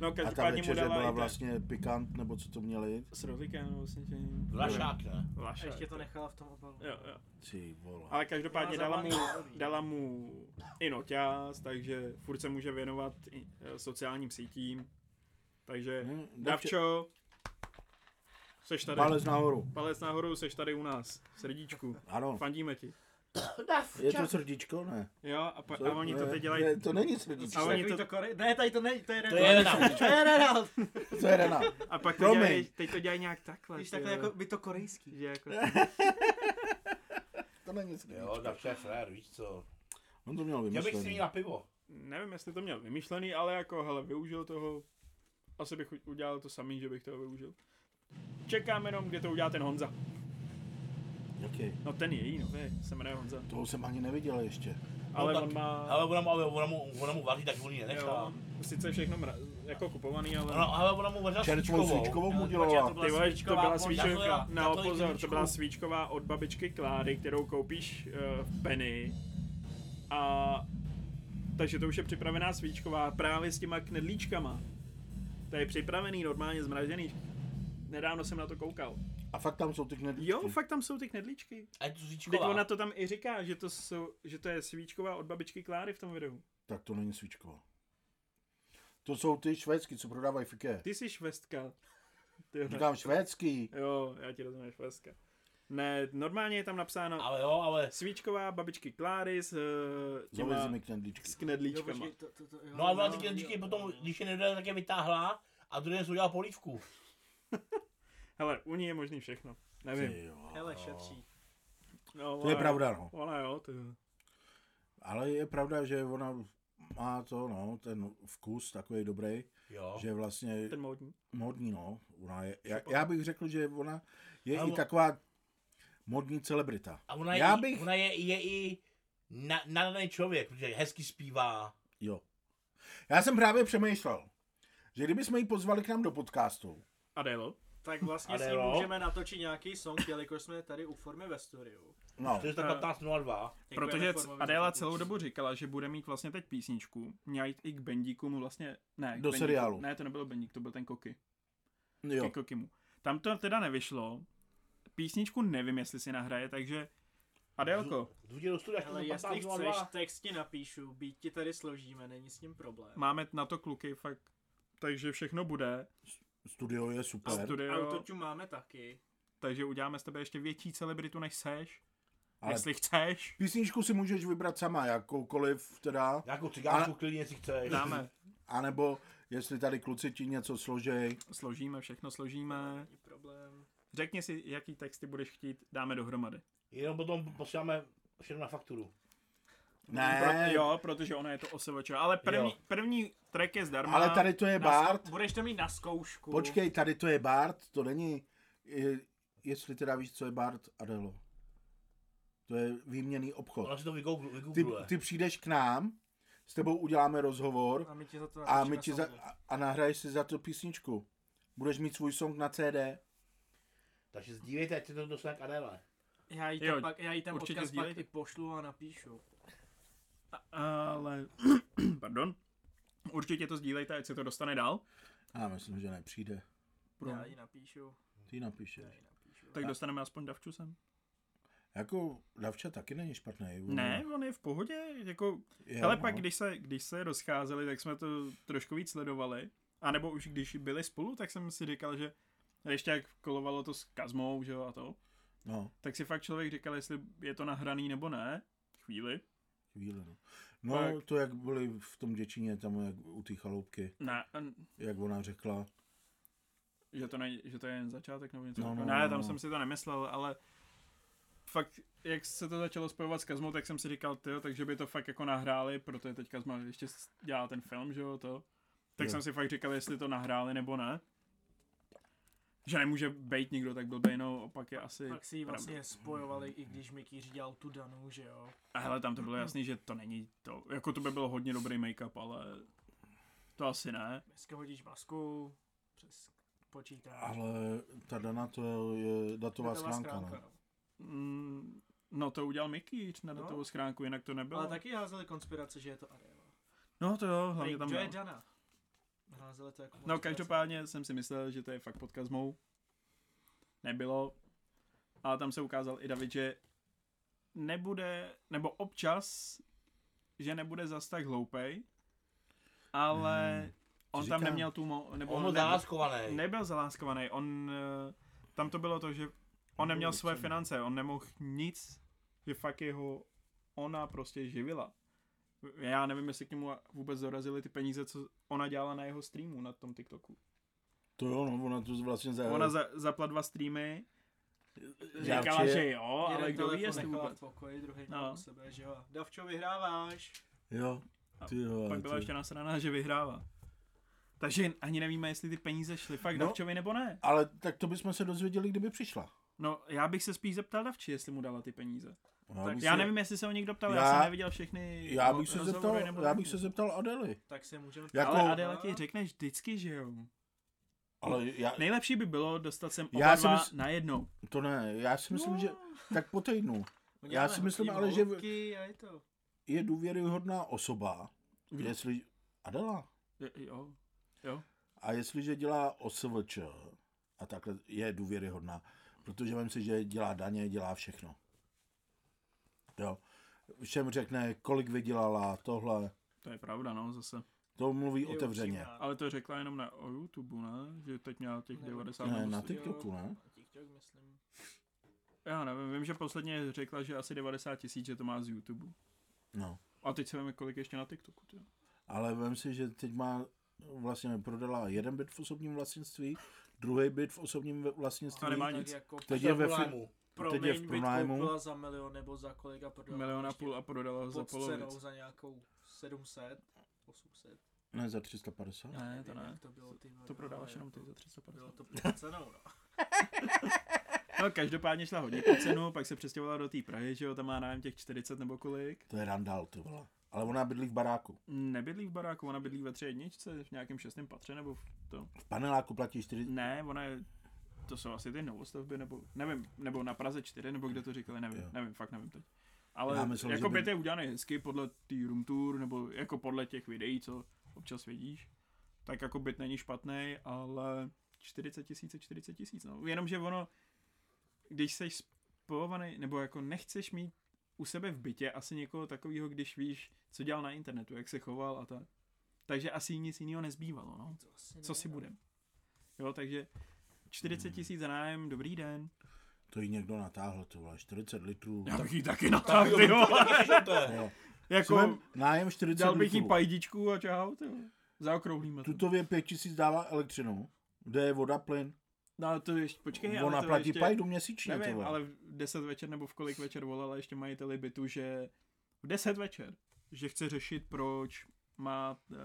Speaker 1: No,
Speaker 2: A ta
Speaker 1: každopádně mu
Speaker 2: večeře
Speaker 1: dala
Speaker 2: byla
Speaker 1: i ten-
Speaker 2: vlastně pikant, nebo co to měli?
Speaker 1: S vlastně, rohlíkem nebo s něčím.
Speaker 3: Vlašák, ne?
Speaker 1: Lašák.
Speaker 4: A ještě to nechala v tom obalu.
Speaker 1: Jo, jo.
Speaker 2: Ty vole.
Speaker 1: Ale každopádně
Speaker 4: Já
Speaker 1: dala mu,
Speaker 4: zabavím.
Speaker 1: dala mu i noťaz, takže furt se může věnovat i, eh, sociálním sítím. Takže,
Speaker 2: Hm, Davče-
Speaker 1: Davčo, seš tady.
Speaker 2: Palec nahoru.
Speaker 1: Palec nahoru, seš tady u nás. Srdíčku.
Speaker 2: Ano.
Speaker 1: Fandíme ti.
Speaker 2: Je to srdíčko, ne?
Speaker 1: Jo, a, pa,
Speaker 2: Co?
Speaker 1: a oni to
Speaker 2: Ne,
Speaker 1: teď dělají.
Speaker 2: Ne, to není
Speaker 4: A
Speaker 2: srdíčko.
Speaker 1: Ale-
Speaker 4: oni to... to kore... Ne, tady to ne, to je
Speaker 3: To je Renald.
Speaker 4: Renald. To je Renald.
Speaker 2: To je Rena.
Speaker 1: A pak to
Speaker 2: Promiň.
Speaker 1: dělají, teď to dělají nějak takhle.
Speaker 4: Víš,
Speaker 1: ty
Speaker 4: takhle
Speaker 1: vole.
Speaker 4: jako by to korejský.
Speaker 1: Že jako...
Speaker 2: To není srdíčko.
Speaker 3: Jo, Davče je frér, víš co.
Speaker 2: On to měl
Speaker 3: Já bych si
Speaker 2: vymyšlený.
Speaker 3: měl na pivo.
Speaker 1: Nevím, jestli to měl vymyšlený, ale jako, hele, využil toho. Asi bych u- udělal to samý, že bych toho využil. Čekám jenom, kde to udělá ten Honza.
Speaker 2: Jaký?
Speaker 1: No ten její, no, je, se jmenuje Honza.
Speaker 2: Toho jsem ani neviděl ještě.
Speaker 1: Ale
Speaker 2: No,
Speaker 3: tak-
Speaker 1: on má,
Speaker 3: Ale ona mu, ale ona mu, ona mu vaří, tak on ji nenechá.
Speaker 1: jo, sice všechno mra- jako kupovaný, ale...
Speaker 3: Ona, ale ona mu vařila
Speaker 2: Čerčovou svíčkovou mu dělala.
Speaker 1: Ty vole, to byla svíčková,
Speaker 3: takhle-
Speaker 1: no
Speaker 3: takhle
Speaker 1: pozor, to
Speaker 3: jedničku.
Speaker 1: byla svíčková od babičky Kláry, kterou koupíš eh, v Penny. A takže to už je připravená svíčková právě s těma knedlíčkama. To je připravený, normálně zmražený. Nedávno jsem na to koukal.
Speaker 2: A fakt tam jsou ty knedlíčky.
Speaker 1: Jo, fakt tam jsou ty knedlíčky.
Speaker 3: A je to
Speaker 1: Teď
Speaker 3: svíčková.
Speaker 1: ona to tam i říká, že to, jsou, že to je svíčková od babičky Kláry v tom videu.
Speaker 2: Tak to není svíčkovo. To jsou ty švédsky, co prodávají v IKEA.
Speaker 1: Ty jsi švestka. Ty vole.
Speaker 2: Říkám švédský.
Speaker 1: Jo, já ti rozumím, švédska. Ne, normálně je tam napsáno
Speaker 3: Ale jo, ale...
Speaker 1: svíčková babičky Kláry s, eh,
Speaker 2: Zovezi
Speaker 1: těma,
Speaker 2: mi knedlíčky.
Speaker 1: s knedlíčkama.
Speaker 4: počkej, to- to- to- jo,
Speaker 3: No a ona
Speaker 4: jo,
Speaker 3: ty knedlíčky
Speaker 4: jo,
Speaker 3: potom,
Speaker 4: jo.
Speaker 3: když je nedala, tak je vytáhla a druhý den si udělala polívku.
Speaker 1: Hele, u ní je možný všechno. Nevím.
Speaker 2: Ty jo.
Speaker 4: Hele, šetří.
Speaker 1: No,
Speaker 2: To je
Speaker 1: ona-
Speaker 2: pravda, no.
Speaker 1: Ona jo, to
Speaker 2: Ale je pravda, že ona má to, no, ten vkus takový dobrý,
Speaker 3: Jo.
Speaker 2: že vlastně
Speaker 1: ten módní.
Speaker 2: modní, no. Ona je, já, já bych řekl, že ona je
Speaker 3: Ale
Speaker 2: i
Speaker 3: on-
Speaker 2: taková modní celebrita.
Speaker 3: A ona je,
Speaker 2: Já
Speaker 3: i,
Speaker 2: bych-
Speaker 3: ona je, je i na, nadaný člověk, protože hezky zpívá.
Speaker 2: Jo. Já jsem právě přemýšlel, že kdybychom ji pozvali k nám do podcastu,
Speaker 1: Adélo.
Speaker 4: Tak vlastně s ním
Speaker 3: Adélo?
Speaker 4: můžeme natočit nějaký song, jelikož jsme tady u formy ve studiu. Jako
Speaker 2: no,
Speaker 3: To je tak
Speaker 1: Eh.
Speaker 3: 15.02.
Speaker 4: Děkujeme
Speaker 1: Protože c-
Speaker 4: formovi za
Speaker 1: Adéla
Speaker 4: pomoc.
Speaker 1: celou dobu říkala, že bude mít vlastně teď písničku. Měla jít i k Bendíku, vlastně, ne. k
Speaker 2: Do
Speaker 1: Bendíku.
Speaker 2: seriálu.
Speaker 1: Ne, to nebyl Bendík, to byl ten Koky.
Speaker 2: jo.
Speaker 1: Ke Kokimu. Tam to teda nevyšlo. Písničku nevím, jestli si nahraje, takže Adélko,
Speaker 3: Jdu tě do studia,
Speaker 4: Hele,
Speaker 3: až
Speaker 4: jestli chceš,
Speaker 3: 15.02.
Speaker 4: text ti napíšu, být ti tady složíme, není s ním problém.
Speaker 1: máme na to kluky fakt, takže všechno bude.
Speaker 2: Studio je super,
Speaker 1: Studio,
Speaker 4: Autotune máme taky.
Speaker 1: takže uděláme z tebe ještě větší celebritu, než seš.
Speaker 2: ale
Speaker 1: Jestli chceš,
Speaker 2: písničku si můžeš vybrat sama, jakoukoliv teda,
Speaker 3: Nějakou cigánskou
Speaker 2: Ale-
Speaker 3: klidně si chceš.
Speaker 1: dáme.
Speaker 2: anebo jestli tady kluci ti něco složej,
Speaker 1: Složíme, všechno složíme.
Speaker 4: Není problém.
Speaker 1: Řekni si, jaký texty budeš chtít, dáme dohromady.
Speaker 3: Jenom potom posíláme všechno na fakturu.
Speaker 2: ne,
Speaker 1: Pro, jo, protože ono je to OSVČ. Ale první,
Speaker 3: Jo.
Speaker 1: první track je zdarma.
Speaker 2: ale tady to je
Speaker 4: Na zkou-
Speaker 2: Bart,
Speaker 4: Budeš to mít na zkoušku.
Speaker 2: Počkej, tady to je Bart, to není, je, jestli teda víš, co je Bart, Adelo. To je výměný
Speaker 3: Ona
Speaker 2: obchod.
Speaker 3: si to vygoogl-
Speaker 2: Ty,
Speaker 3: vygoogluje.
Speaker 2: ty přijdeš k nám, s tebou uděláme
Speaker 4: A
Speaker 2: rozhovor
Speaker 4: my ti za to
Speaker 2: a,
Speaker 4: natočíme
Speaker 2: my ti za,
Speaker 4: songy.
Speaker 2: a- a nahraješ si za to písničku. Budeš mít svůj song na CD.
Speaker 3: Takže sdívejte, ať se to dostane k Adéle.
Speaker 4: Já jí,
Speaker 1: Jo,
Speaker 4: tam pak, já jí ten
Speaker 1: určitě
Speaker 4: odkaz pak
Speaker 1: sdílejte.
Speaker 4: ti pošlu a napíšu.
Speaker 1: Ale, pardon. Určitě to sdílejte, ať se to dostane dál.
Speaker 2: Já myslím, že nepřijde.
Speaker 1: Pro.
Speaker 4: Já jí napíšu.
Speaker 2: Ty
Speaker 4: Já
Speaker 2: napíšeš.
Speaker 4: jí napíšu.
Speaker 1: Tak dostaneme aspoň davču sem.
Speaker 2: Jako Davča taky není špatný. ona-
Speaker 1: Ne, on je v pohodě. Jako,
Speaker 2: Jo,
Speaker 1: hele,
Speaker 2: no.
Speaker 1: pak když se, když se rozcházeli, tak jsme to trošku víc sledovali. A nebo už když byli spolu, tak jsem si říkal, že ještě jak kolovalo to s Kazmou, že jo, a to.
Speaker 2: No,
Speaker 1: Tak si fakt člověk říkal, jestli je to nahraný nebo ne. Chvíli.
Speaker 2: chvíli, no. No,
Speaker 1: Pak-
Speaker 2: to jak byli v tom Děčíně, tam jak u té chaloupky,
Speaker 1: Ne, n-
Speaker 2: jak ona řekla.
Speaker 1: že to, ne, že to je jen začátek nebo něco.
Speaker 2: No,
Speaker 1: No,
Speaker 2: no,
Speaker 1: ne,
Speaker 2: no,
Speaker 1: tam
Speaker 2: no.
Speaker 1: jsem si to nemyslel, ale fakt, jak se to začalo spojovat s Kazmou, tak jsem si říkal, tyjo, takže by to fakt jako nahráli, protože teď Kazma ještě s- dělá ten film, že jo, to. Tak
Speaker 2: Jo.
Speaker 1: jo. jsem si fakt říkal, jestli to nahráli nebo ne. Že nemůže být nikdo tak blbej, no opak je asi...
Speaker 4: Pak si ji
Speaker 1: pravda.
Speaker 4: vlastně spojovali, i když Mikýř dělal tu danou, že jo.
Speaker 1: A hele, tam to
Speaker 4: Mhm.
Speaker 1: bylo jasný, že to není to. Jako to by bylo hodně dobrý make-up, ale to asi ne.
Speaker 4: Dneska hodíš masku přes počítač.
Speaker 2: Ale ta Dana to je datová
Speaker 4: Datová
Speaker 2: schránka, no.
Speaker 4: no.
Speaker 1: Mm, no to udělal Mikýř na
Speaker 4: No.
Speaker 1: datovou schránku, jinak to nebylo.
Speaker 4: Ale taky házeli konspirace, že je to Adela.
Speaker 1: No to jo, hlavně tam
Speaker 4: Kdo je
Speaker 1: jo.
Speaker 4: Dana? Házeli to jako
Speaker 1: No
Speaker 4: konspirace.
Speaker 1: každopádně jsem si myslel, že to je fakt pod kazmou. Nebylo. A tam se ukázal i David, že nebude, nebo občas, že nebude zas tak hloupej, ale
Speaker 2: Hmm,
Speaker 1: hmm, on tam
Speaker 2: říkám?
Speaker 1: neměl tu mo- nebo
Speaker 3: On byl
Speaker 1: nebyl,
Speaker 3: záskovaný.
Speaker 1: nebyl zaláskovaný, on, eh, tam to bylo to, že on neměl
Speaker 2: Nebyl
Speaker 1: své
Speaker 2: docela.
Speaker 1: finance, on nemohl nic, že fakt jeho ona prostě živila. Já nevím, jestli k němu vůbec dorazily ty peníze, co ona dělala na jeho streamu, na tom TikToku.
Speaker 2: To jo, no, ona to vlastně za...
Speaker 1: Ona za, zapla dva streamy,
Speaker 2: Já
Speaker 1: říkala,
Speaker 2: určitě-
Speaker 1: že jo, no, ale
Speaker 4: Jeden
Speaker 1: kdo ví,
Speaker 4: telefon
Speaker 1: jestli
Speaker 4: nechala v
Speaker 1: vůbec.
Speaker 4: pokoji, druhý
Speaker 1: No.
Speaker 4: no. u sebe, že jo. Davčo, vyhráváš.
Speaker 2: Jo, ty jo,
Speaker 1: Pak
Speaker 2: ale
Speaker 1: byla
Speaker 2: to-
Speaker 1: ještě nasraná, že vyhrává. Takže ani nevíme, jestli ty peníze šly fakt
Speaker 2: No.
Speaker 1: no. Davčovi nebo ne.
Speaker 2: Ale tak to bychom se dozvěděli, kdyby přišla.
Speaker 1: No, já bych se spíš zeptal Davči, jestli mu dala ty peníze.
Speaker 2: Já
Speaker 4: Tak
Speaker 2: bych
Speaker 1: Já
Speaker 2: se,
Speaker 1: nevím, jestli se o někdo ptal, já,
Speaker 2: Já-
Speaker 1: jsem neviděl všechny
Speaker 2: Já
Speaker 1: ro-
Speaker 2: bych se
Speaker 1: rozhovory
Speaker 2: zeptal,
Speaker 1: nebo
Speaker 2: já
Speaker 1: tak
Speaker 2: bych
Speaker 1: nic.
Speaker 2: se zeptal Adely.
Speaker 4: Tak se můžeme... No,
Speaker 2: Jako-
Speaker 1: Ale Adela ti řekne vždycky, že jo.
Speaker 2: Ale já,
Speaker 1: Nejlepší by bylo dostat sem oba
Speaker 2: Já
Speaker 1: já
Speaker 2: si
Speaker 1: dva
Speaker 2: mysl-
Speaker 1: najednou.
Speaker 2: to ne, já si myslím,
Speaker 1: No.
Speaker 2: že tak po týdnu
Speaker 4: Uděláme
Speaker 2: si myslím,
Speaker 4: hodky,
Speaker 2: ale že-
Speaker 4: mlouvky A je to.
Speaker 2: je důvěryhodná osoba,
Speaker 1: Kdo?
Speaker 2: jestli Adela.
Speaker 1: Jo, Jo.
Speaker 2: A jestliže dělá OSVČ a takhle je důvěryhodná, protože vím si, že dělá daně, dělá všechno. Jo. Všem řekne, kolik vydělala, tohle.
Speaker 1: To je pravda, no, zase.
Speaker 2: To mluví
Speaker 4: Je
Speaker 2: otevřeně.
Speaker 4: upřímná.
Speaker 1: Ale to řekla jenom na o YouTube, ne? Že teď měla těch
Speaker 4: Nebo-
Speaker 1: 90
Speaker 2: Ne,
Speaker 1: nebo
Speaker 2: na
Speaker 1: 100.
Speaker 4: prostě,
Speaker 2: TikToku, no.
Speaker 4: jo,
Speaker 2: ne?
Speaker 4: na TikTok, myslím.
Speaker 1: Já nevím, vím, že posledně řekla, že asi 90 tisíc, že to má z YouTube.
Speaker 2: No.
Speaker 1: A teď se víme, kolik ještě na TikToku. Tě.
Speaker 2: Ale vem si, že teď má vlastně prodala jeden byt v osobním vlastnictví, druhý byt v osobním ve- vlastnictví.
Speaker 1: A nemá
Speaker 4: Tak
Speaker 1: nic.
Speaker 4: jako
Speaker 2: Teď je ve
Speaker 3: Problému.
Speaker 2: fi-
Speaker 4: promiň,
Speaker 2: teď je v
Speaker 4: byt
Speaker 2: pronájmu.
Speaker 4: koupila za milion nebo za kolik a prodala
Speaker 1: Milion a
Speaker 4: ještě
Speaker 1: půl a prodala ho za
Speaker 4: pod cenou
Speaker 1: polovic.
Speaker 4: za nějakou 700, 800.
Speaker 2: Ne, za 350.
Speaker 4: Já
Speaker 1: Ne,
Speaker 4: nevím,
Speaker 1: to ne.
Speaker 4: jak To, bylo, ty vole,
Speaker 1: To
Speaker 4: ale
Speaker 1: prodáváš jenom
Speaker 4: jako
Speaker 1: ty za
Speaker 4: Bylo
Speaker 1: 350.
Speaker 4: to pod cenou, no.
Speaker 1: No, každopádně šla hodně pod cenu, pak se přestěhovala do té Prahy, že jo, tam má nevím těch 40 nebo kolik.
Speaker 2: To je randál, ty vole. Ale ona bydlí v baráku.
Speaker 1: Nebydlí v baráku, ona bydlí ve tři jedničce, v nějakém šestém patře nebo v to.
Speaker 2: V paneláku platí 4...
Speaker 1: Ne, ona je, to jsou asi ty novostavby, nebo nevím, nebo na Praze 4, nebo kde to říkali, nevím,
Speaker 2: Jo.
Speaker 1: nevím, fakt nevím teď.
Speaker 2: Já
Speaker 1: Ale
Speaker 2: myslel, že
Speaker 1: jako
Speaker 2: by-
Speaker 1: byt je udělaný hezky podle té room tour, nebo jako podle těch videí, co občas vidíš. Tak jako byt není špatný, ale 40 tisíc je 40 tisíc, no. Jenomže ono, když jsi spojovaný, nebo jako nechceš mít u sebe v bytě asi někoho takového, když víš, co dělal na internetu, jak se choval a tak. Takže asi nic jiného nezbývalo, no
Speaker 4: To asi
Speaker 1: co si
Speaker 4: ne, no.
Speaker 1: budem. Jo, takže 40 tisíc za nájem, dobrý den.
Speaker 2: To jí někdo natáhl, ty vole. 40 litrů.
Speaker 1: bych jí taky natáhl, ty vole.
Speaker 3: Co to je?
Speaker 2: Jo. Si
Speaker 1: Jako,
Speaker 2: vem nájem 40
Speaker 1: dal bych jí
Speaker 2: litrů.
Speaker 1: pajdičku a čau, ty vole. Zaokrouhlíme to.
Speaker 2: Tutově 5000 dává elektřinu. Kde je voda, plyn.
Speaker 1: No to ještě, počkej, ale
Speaker 2: Ona
Speaker 1: to
Speaker 2: platí
Speaker 1: ještě,
Speaker 2: pajdu měsíčně, ty
Speaker 1: Nevím,
Speaker 2: vole.
Speaker 1: ale v 10 večer nebo v kolik večer volala ještě majiteli bytu, že v 10 večer, že chce řešit, proč má uh,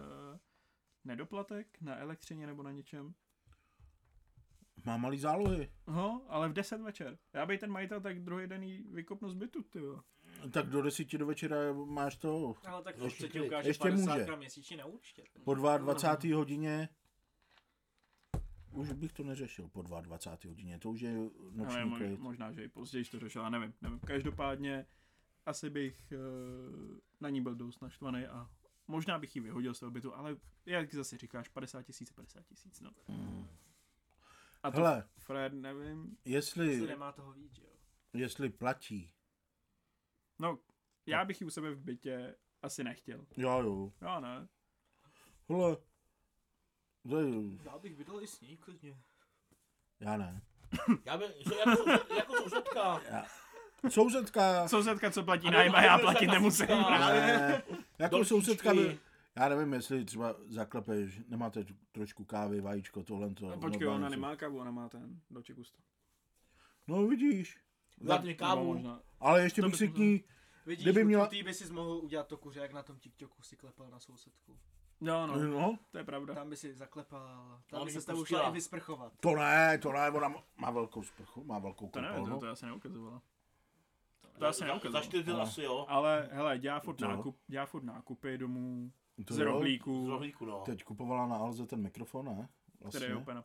Speaker 1: nedoplatek na elektřině nebo na něčem.
Speaker 2: Má malý zálohy.
Speaker 1: No, ale v 10 večer. Já bych ten majitel tak druhý den jí vykopnu z bytu, ty jo.
Speaker 2: Tak do 10 do večera máš to.
Speaker 4: Ale tak
Speaker 3: Ještě
Speaker 4: ještě ti
Speaker 3: klid.
Speaker 4: ukáže
Speaker 2: Ještě
Speaker 4: 50
Speaker 2: může.
Speaker 4: měsíčně na účtě.
Speaker 2: Po 22. hodině už bych to neřešil po 22. hodině, to už je
Speaker 1: Ale
Speaker 2: noční
Speaker 1: mo-
Speaker 2: klid.
Speaker 1: možná, že i později to řešila, nevím, nevím. Každopádně asi bych uh, na ní byl dost naštvaný a možná bych ji vyhodil z toho bytu, ale jak zase říkáš, 50 tisíc, 50 tisíc, no. A to
Speaker 2: Hele,
Speaker 1: Fred, nevím,
Speaker 4: Jestli
Speaker 2: jestli,
Speaker 4: nemá toho víc, že jo.
Speaker 2: jestli platí,
Speaker 1: no, já bych ji u sebe v bytě asi nechtěl.
Speaker 2: jo jo,
Speaker 1: Jo, ne.
Speaker 2: hele, tady,
Speaker 4: Já bych bydlel i s ní klidně.
Speaker 2: já ne.
Speaker 3: Já bych, že jako, jako sousedka.
Speaker 2: Sousedka,
Speaker 1: Sousedka, co platí
Speaker 3: Ano,
Speaker 1: nájem a já
Speaker 3: sousedka
Speaker 1: platit nemusím.
Speaker 3: sousedka.
Speaker 2: ne, jako
Speaker 3: Dolčičky.
Speaker 2: sousedka by, já nevím, jestli třeba zaklepeš, nemáte tu- trošku kávy, vajíčko, tohle to.
Speaker 1: No, Počkej,
Speaker 2: normálně
Speaker 1: ona
Speaker 2: jsou-
Speaker 1: nemá kávu, ona má ten doček gusto.
Speaker 2: No vidíš,
Speaker 3: Dát mi
Speaker 1: Nebo
Speaker 3: kávu.
Speaker 1: možná-
Speaker 2: ale ještě
Speaker 1: To
Speaker 2: bych
Speaker 1: bych
Speaker 2: si k ní,
Speaker 4: Vidíš,
Speaker 2: Kdyby
Speaker 4: Kdyby
Speaker 2: měla-
Speaker 4: měla... ty by si mohl udělat to kuře, jak na tom TikToku si klepal na sousedku.
Speaker 1: Jo, no,
Speaker 2: no,
Speaker 1: to je pravda.
Speaker 4: Tam by si zaklepal,
Speaker 3: Ale
Speaker 4: tam by
Speaker 3: by
Speaker 4: se s tebou
Speaker 3: pustila.
Speaker 4: šla i vysprchovat.
Speaker 2: to ne, to ne, ona má velkou sprchu, má velkou
Speaker 1: To nevím, to,
Speaker 2: koupelnu.
Speaker 1: to asi neukazovala. To
Speaker 3: Za-
Speaker 1: asi
Speaker 3: za, za
Speaker 1: neukazovala.
Speaker 3: čtyři
Speaker 2: No.
Speaker 3: asi jo.
Speaker 1: Ale hele, dělá furt,
Speaker 2: Jo.
Speaker 1: nákup, dělá furt nákupy domů
Speaker 2: No. To
Speaker 1: z
Speaker 2: jo.
Speaker 3: Z
Speaker 1: rohlíků,
Speaker 3: rohlíku, no.
Speaker 2: Teď kupovala na Alze ten mikrofon, ne? Vlastně.
Speaker 1: který je úplně.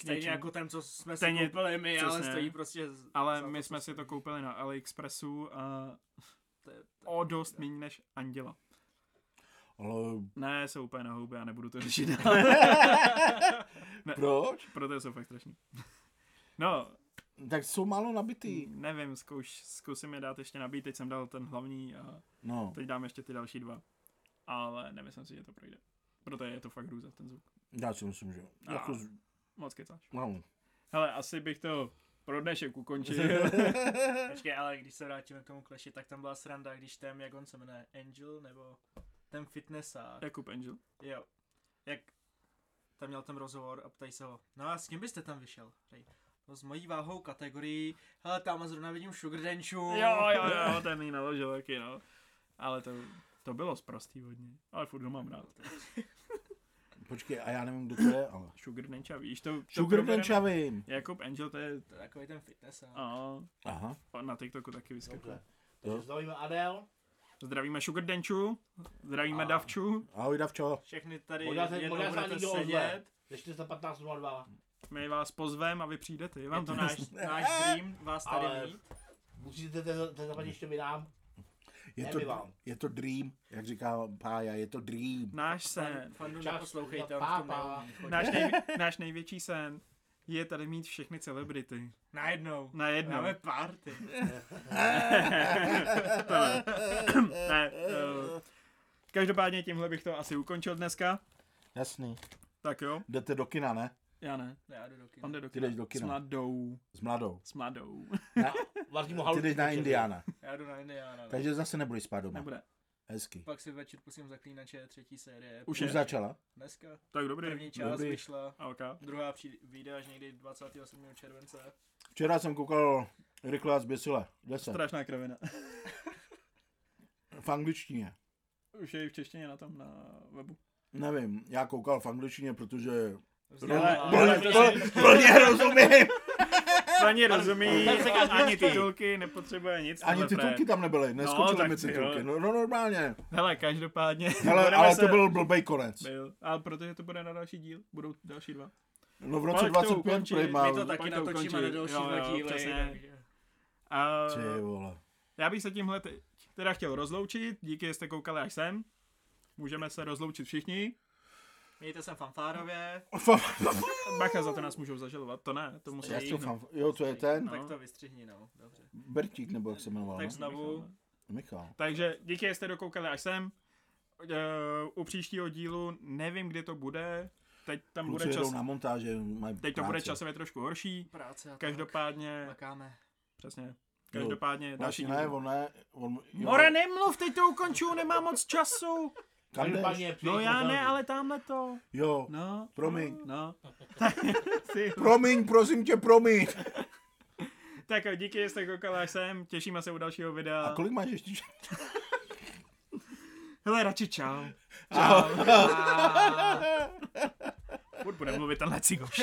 Speaker 4: Stejně
Speaker 1: něčemu.
Speaker 4: jako ten, co jsme si
Speaker 1: Stejně-
Speaker 4: koupili my, ale
Speaker 1: přesně.
Speaker 4: stojí prostě... z-
Speaker 1: Ale
Speaker 4: za
Speaker 1: my
Speaker 4: co
Speaker 1: jsme si to
Speaker 4: stojí.
Speaker 1: koupili na AliExpressu a
Speaker 4: To je- to je
Speaker 1: o dost
Speaker 4: pravda.
Speaker 1: méně než Anděla.
Speaker 2: Ale
Speaker 1: Ne, jsou úplně na houbě a nebudu to řešit, ale
Speaker 2: proč?
Speaker 1: proto jsou fakt strašný. No,
Speaker 2: Tak jsou málo nabitý.
Speaker 1: nevím, zkouš, zkusím je dát ještě nabít, teď jsem dal ten hlavní a
Speaker 2: No,
Speaker 1: teď dám ještě ty další dva. Ale nemyslím si, že to projde. Proto je to fakt hrůza, ten zvuk.
Speaker 2: já si myslím, že
Speaker 1: A.
Speaker 2: jako z...
Speaker 1: Moc kecáš.
Speaker 2: no.
Speaker 1: Hele, asi bych to pro dnešek ukončil.
Speaker 4: Počkej, ale když se vrátíme k tomu kleši, tak tam byla sranda, když ten, jak on se jmenuje, Angel, nebo ten fitnessák,
Speaker 1: Jakub Angel.
Speaker 4: jo, jak tam měl ten rozhovor a ptají se ho, no a s kým byste tam vyšel? Rej, no s mojí váhou kategorií, hele, tam zrovna vidím Sugar Denchu.
Speaker 1: Jo, jo, jo, ten mi naložil taky, no. Ale to, to bylo zprostý hodně. Ale furt ho mám rád.
Speaker 2: Počkej, a já nevím, kdo to je, ale...
Speaker 1: Sugar Dencha, víš, to... to
Speaker 2: Sugar
Speaker 1: probereme-
Speaker 2: Dench, já vím.
Speaker 1: Jakub Angel, to je...
Speaker 4: To je takový ten fitnessák.
Speaker 1: A,
Speaker 2: Aha.
Speaker 1: a na TikToku taky vyskakuje.
Speaker 3: Dobře. Takže zdravíme Adel.
Speaker 1: Zdravíme Sugar Denchu, zdravíme
Speaker 3: A.
Speaker 1: Davču,
Speaker 2: Ahoj, Davčo.
Speaker 4: Všechny tady
Speaker 3: Možná se-
Speaker 4: jednou
Speaker 3: možná se
Speaker 4: budete
Speaker 3: někdo ozve.
Speaker 4: sedět.
Speaker 3: Ze 415.02.
Speaker 1: my vás pozveme a vy přijdete, je
Speaker 4: Je
Speaker 1: vám
Speaker 4: to
Speaker 1: to náš...
Speaker 4: náš, náš dream, vás tady
Speaker 3: Ale-
Speaker 4: mít.
Speaker 3: Musíte ten, ten zapadit ještě vydám.
Speaker 2: Je to,
Speaker 3: Nebývám.
Speaker 2: je to dream, jak říká Pája, je to dream.
Speaker 1: Náš
Speaker 4: Sen.
Speaker 1: sen,
Speaker 4: Fandu
Speaker 3: Čas,
Speaker 4: neposlouchejte, on v
Speaker 3: pápa.
Speaker 4: tom neumí. Chodí.
Speaker 1: náš, nej, náš největší sen je tady mít všechny celebrity.
Speaker 4: Najednou.
Speaker 1: Na jedno.
Speaker 4: Máme party.
Speaker 1: ne, eh, Každopádně tímhle bych to asi ukončil dneska.
Speaker 2: Jasný.
Speaker 1: Tak jo,
Speaker 2: Jdete do kina, ne?
Speaker 1: já ne.
Speaker 4: Já jdu do kina.
Speaker 1: On jde do
Speaker 2: Ty
Speaker 1: kina.
Speaker 2: jdeš do kina. No.
Speaker 1: S mladou.
Speaker 2: S mladou.
Speaker 1: S mladou.
Speaker 2: Na,
Speaker 3: Vaří mu
Speaker 2: ty
Speaker 3: halu.
Speaker 2: jdeš na Indiana.
Speaker 4: Já jdu na Indiana.
Speaker 2: Takže zase nebudeš spát doma.
Speaker 1: Nebude.
Speaker 2: Hezky.
Speaker 4: Pak si večer pustím zaklínače třetí série.
Speaker 1: Už
Speaker 2: Už
Speaker 1: je.
Speaker 2: začala?
Speaker 4: Dneska.
Speaker 1: Tak dobrý.
Speaker 4: První část
Speaker 2: dobrý.
Speaker 4: vyšla.
Speaker 1: A ok.
Speaker 4: Druhá přijde, vyjde až někdy 27. července.
Speaker 2: Včera jsem koukal rychle a zběsile. 10.
Speaker 1: Strašná kravina.
Speaker 2: V angličtině.
Speaker 1: Už je i v češtině na tom, na webu.
Speaker 2: Nevím, já koukal v angličtině, protože
Speaker 1: Ale-
Speaker 4: Vzdělá-
Speaker 1: ale-
Speaker 2: Pl- plně rozumím.
Speaker 1: Ani rozumí,
Speaker 3: tak se každý
Speaker 1: ani
Speaker 3: chtějí.
Speaker 1: titulky, nepotřebuje nic.
Speaker 2: Ani
Speaker 1: tohle
Speaker 2: titulky tam nebyly, neskočily
Speaker 1: tak
Speaker 2: mi
Speaker 1: ty
Speaker 2: titulky.
Speaker 1: jo.
Speaker 2: No, no normálně.
Speaker 1: fraje. Hele, každopádně.
Speaker 2: Hele,
Speaker 1: budeme
Speaker 2: ale
Speaker 1: se-
Speaker 2: to byl blbej konec.
Speaker 1: Byl. Ale protože to bude na další díl, budou další dva.
Speaker 2: No v roce
Speaker 1: Ale chtěl
Speaker 2: 25
Speaker 1: ukončit,
Speaker 2: prý
Speaker 4: My
Speaker 2: má...
Speaker 4: to taky
Speaker 1: pojď to
Speaker 4: natočíme
Speaker 1: ukončit.
Speaker 4: na další
Speaker 1: Jo,
Speaker 4: dva
Speaker 1: jo,
Speaker 4: díly.
Speaker 1: přesně.
Speaker 4: takže-
Speaker 1: A
Speaker 2: Ty vole.
Speaker 1: já bych se tímhle teď teda chtěl rozloučit, díky, že jste koukali až sem. Můžeme se rozloučit všichni.
Speaker 4: Mějte se fanfárově.
Speaker 1: Bacha, za to nás můžou zažalovat, to ne, to musí
Speaker 2: Já
Speaker 1: jít.
Speaker 2: to fam... Jo, to je ten
Speaker 4: Tak
Speaker 1: No.
Speaker 4: to vystřihni, no. Dobře.
Speaker 2: Bertík, nebo jak se jmenoval,
Speaker 4: Tak
Speaker 2: no?
Speaker 4: znovu.
Speaker 2: Michal.
Speaker 1: Takže díky, že jste dokoukali až sem. Eh, U příštího dílu nevím, kdy to bude. Teď tam
Speaker 2: Kluci
Speaker 1: bude
Speaker 2: jedou
Speaker 1: čas.
Speaker 2: na montáže, mají
Speaker 1: Teď to
Speaker 2: práci.
Speaker 1: bude časově trošku horší.
Speaker 4: Práce a tak.
Speaker 1: Každopádně,
Speaker 4: Makáme.
Speaker 1: přesně. Každopádně další
Speaker 2: Další
Speaker 1: díl.
Speaker 2: no, ne, on ne, on... jo.
Speaker 1: More, nemluv, teď to ukončuju, nemám moc času.
Speaker 2: Kam jdeš?
Speaker 1: No já ne, ale tamhle to.
Speaker 2: Jo,
Speaker 1: No.
Speaker 2: Promiň.
Speaker 1: No. Si-
Speaker 2: promiň, prosím tě, promiň.
Speaker 1: tak jo, díky, že jste koukali až sem. Těšíme se u dalšího videa.
Speaker 2: A kolik máš ještě?
Speaker 1: Hele, radši čau.
Speaker 4: A...
Speaker 1: Furt bude mluvit tenhle cigoš.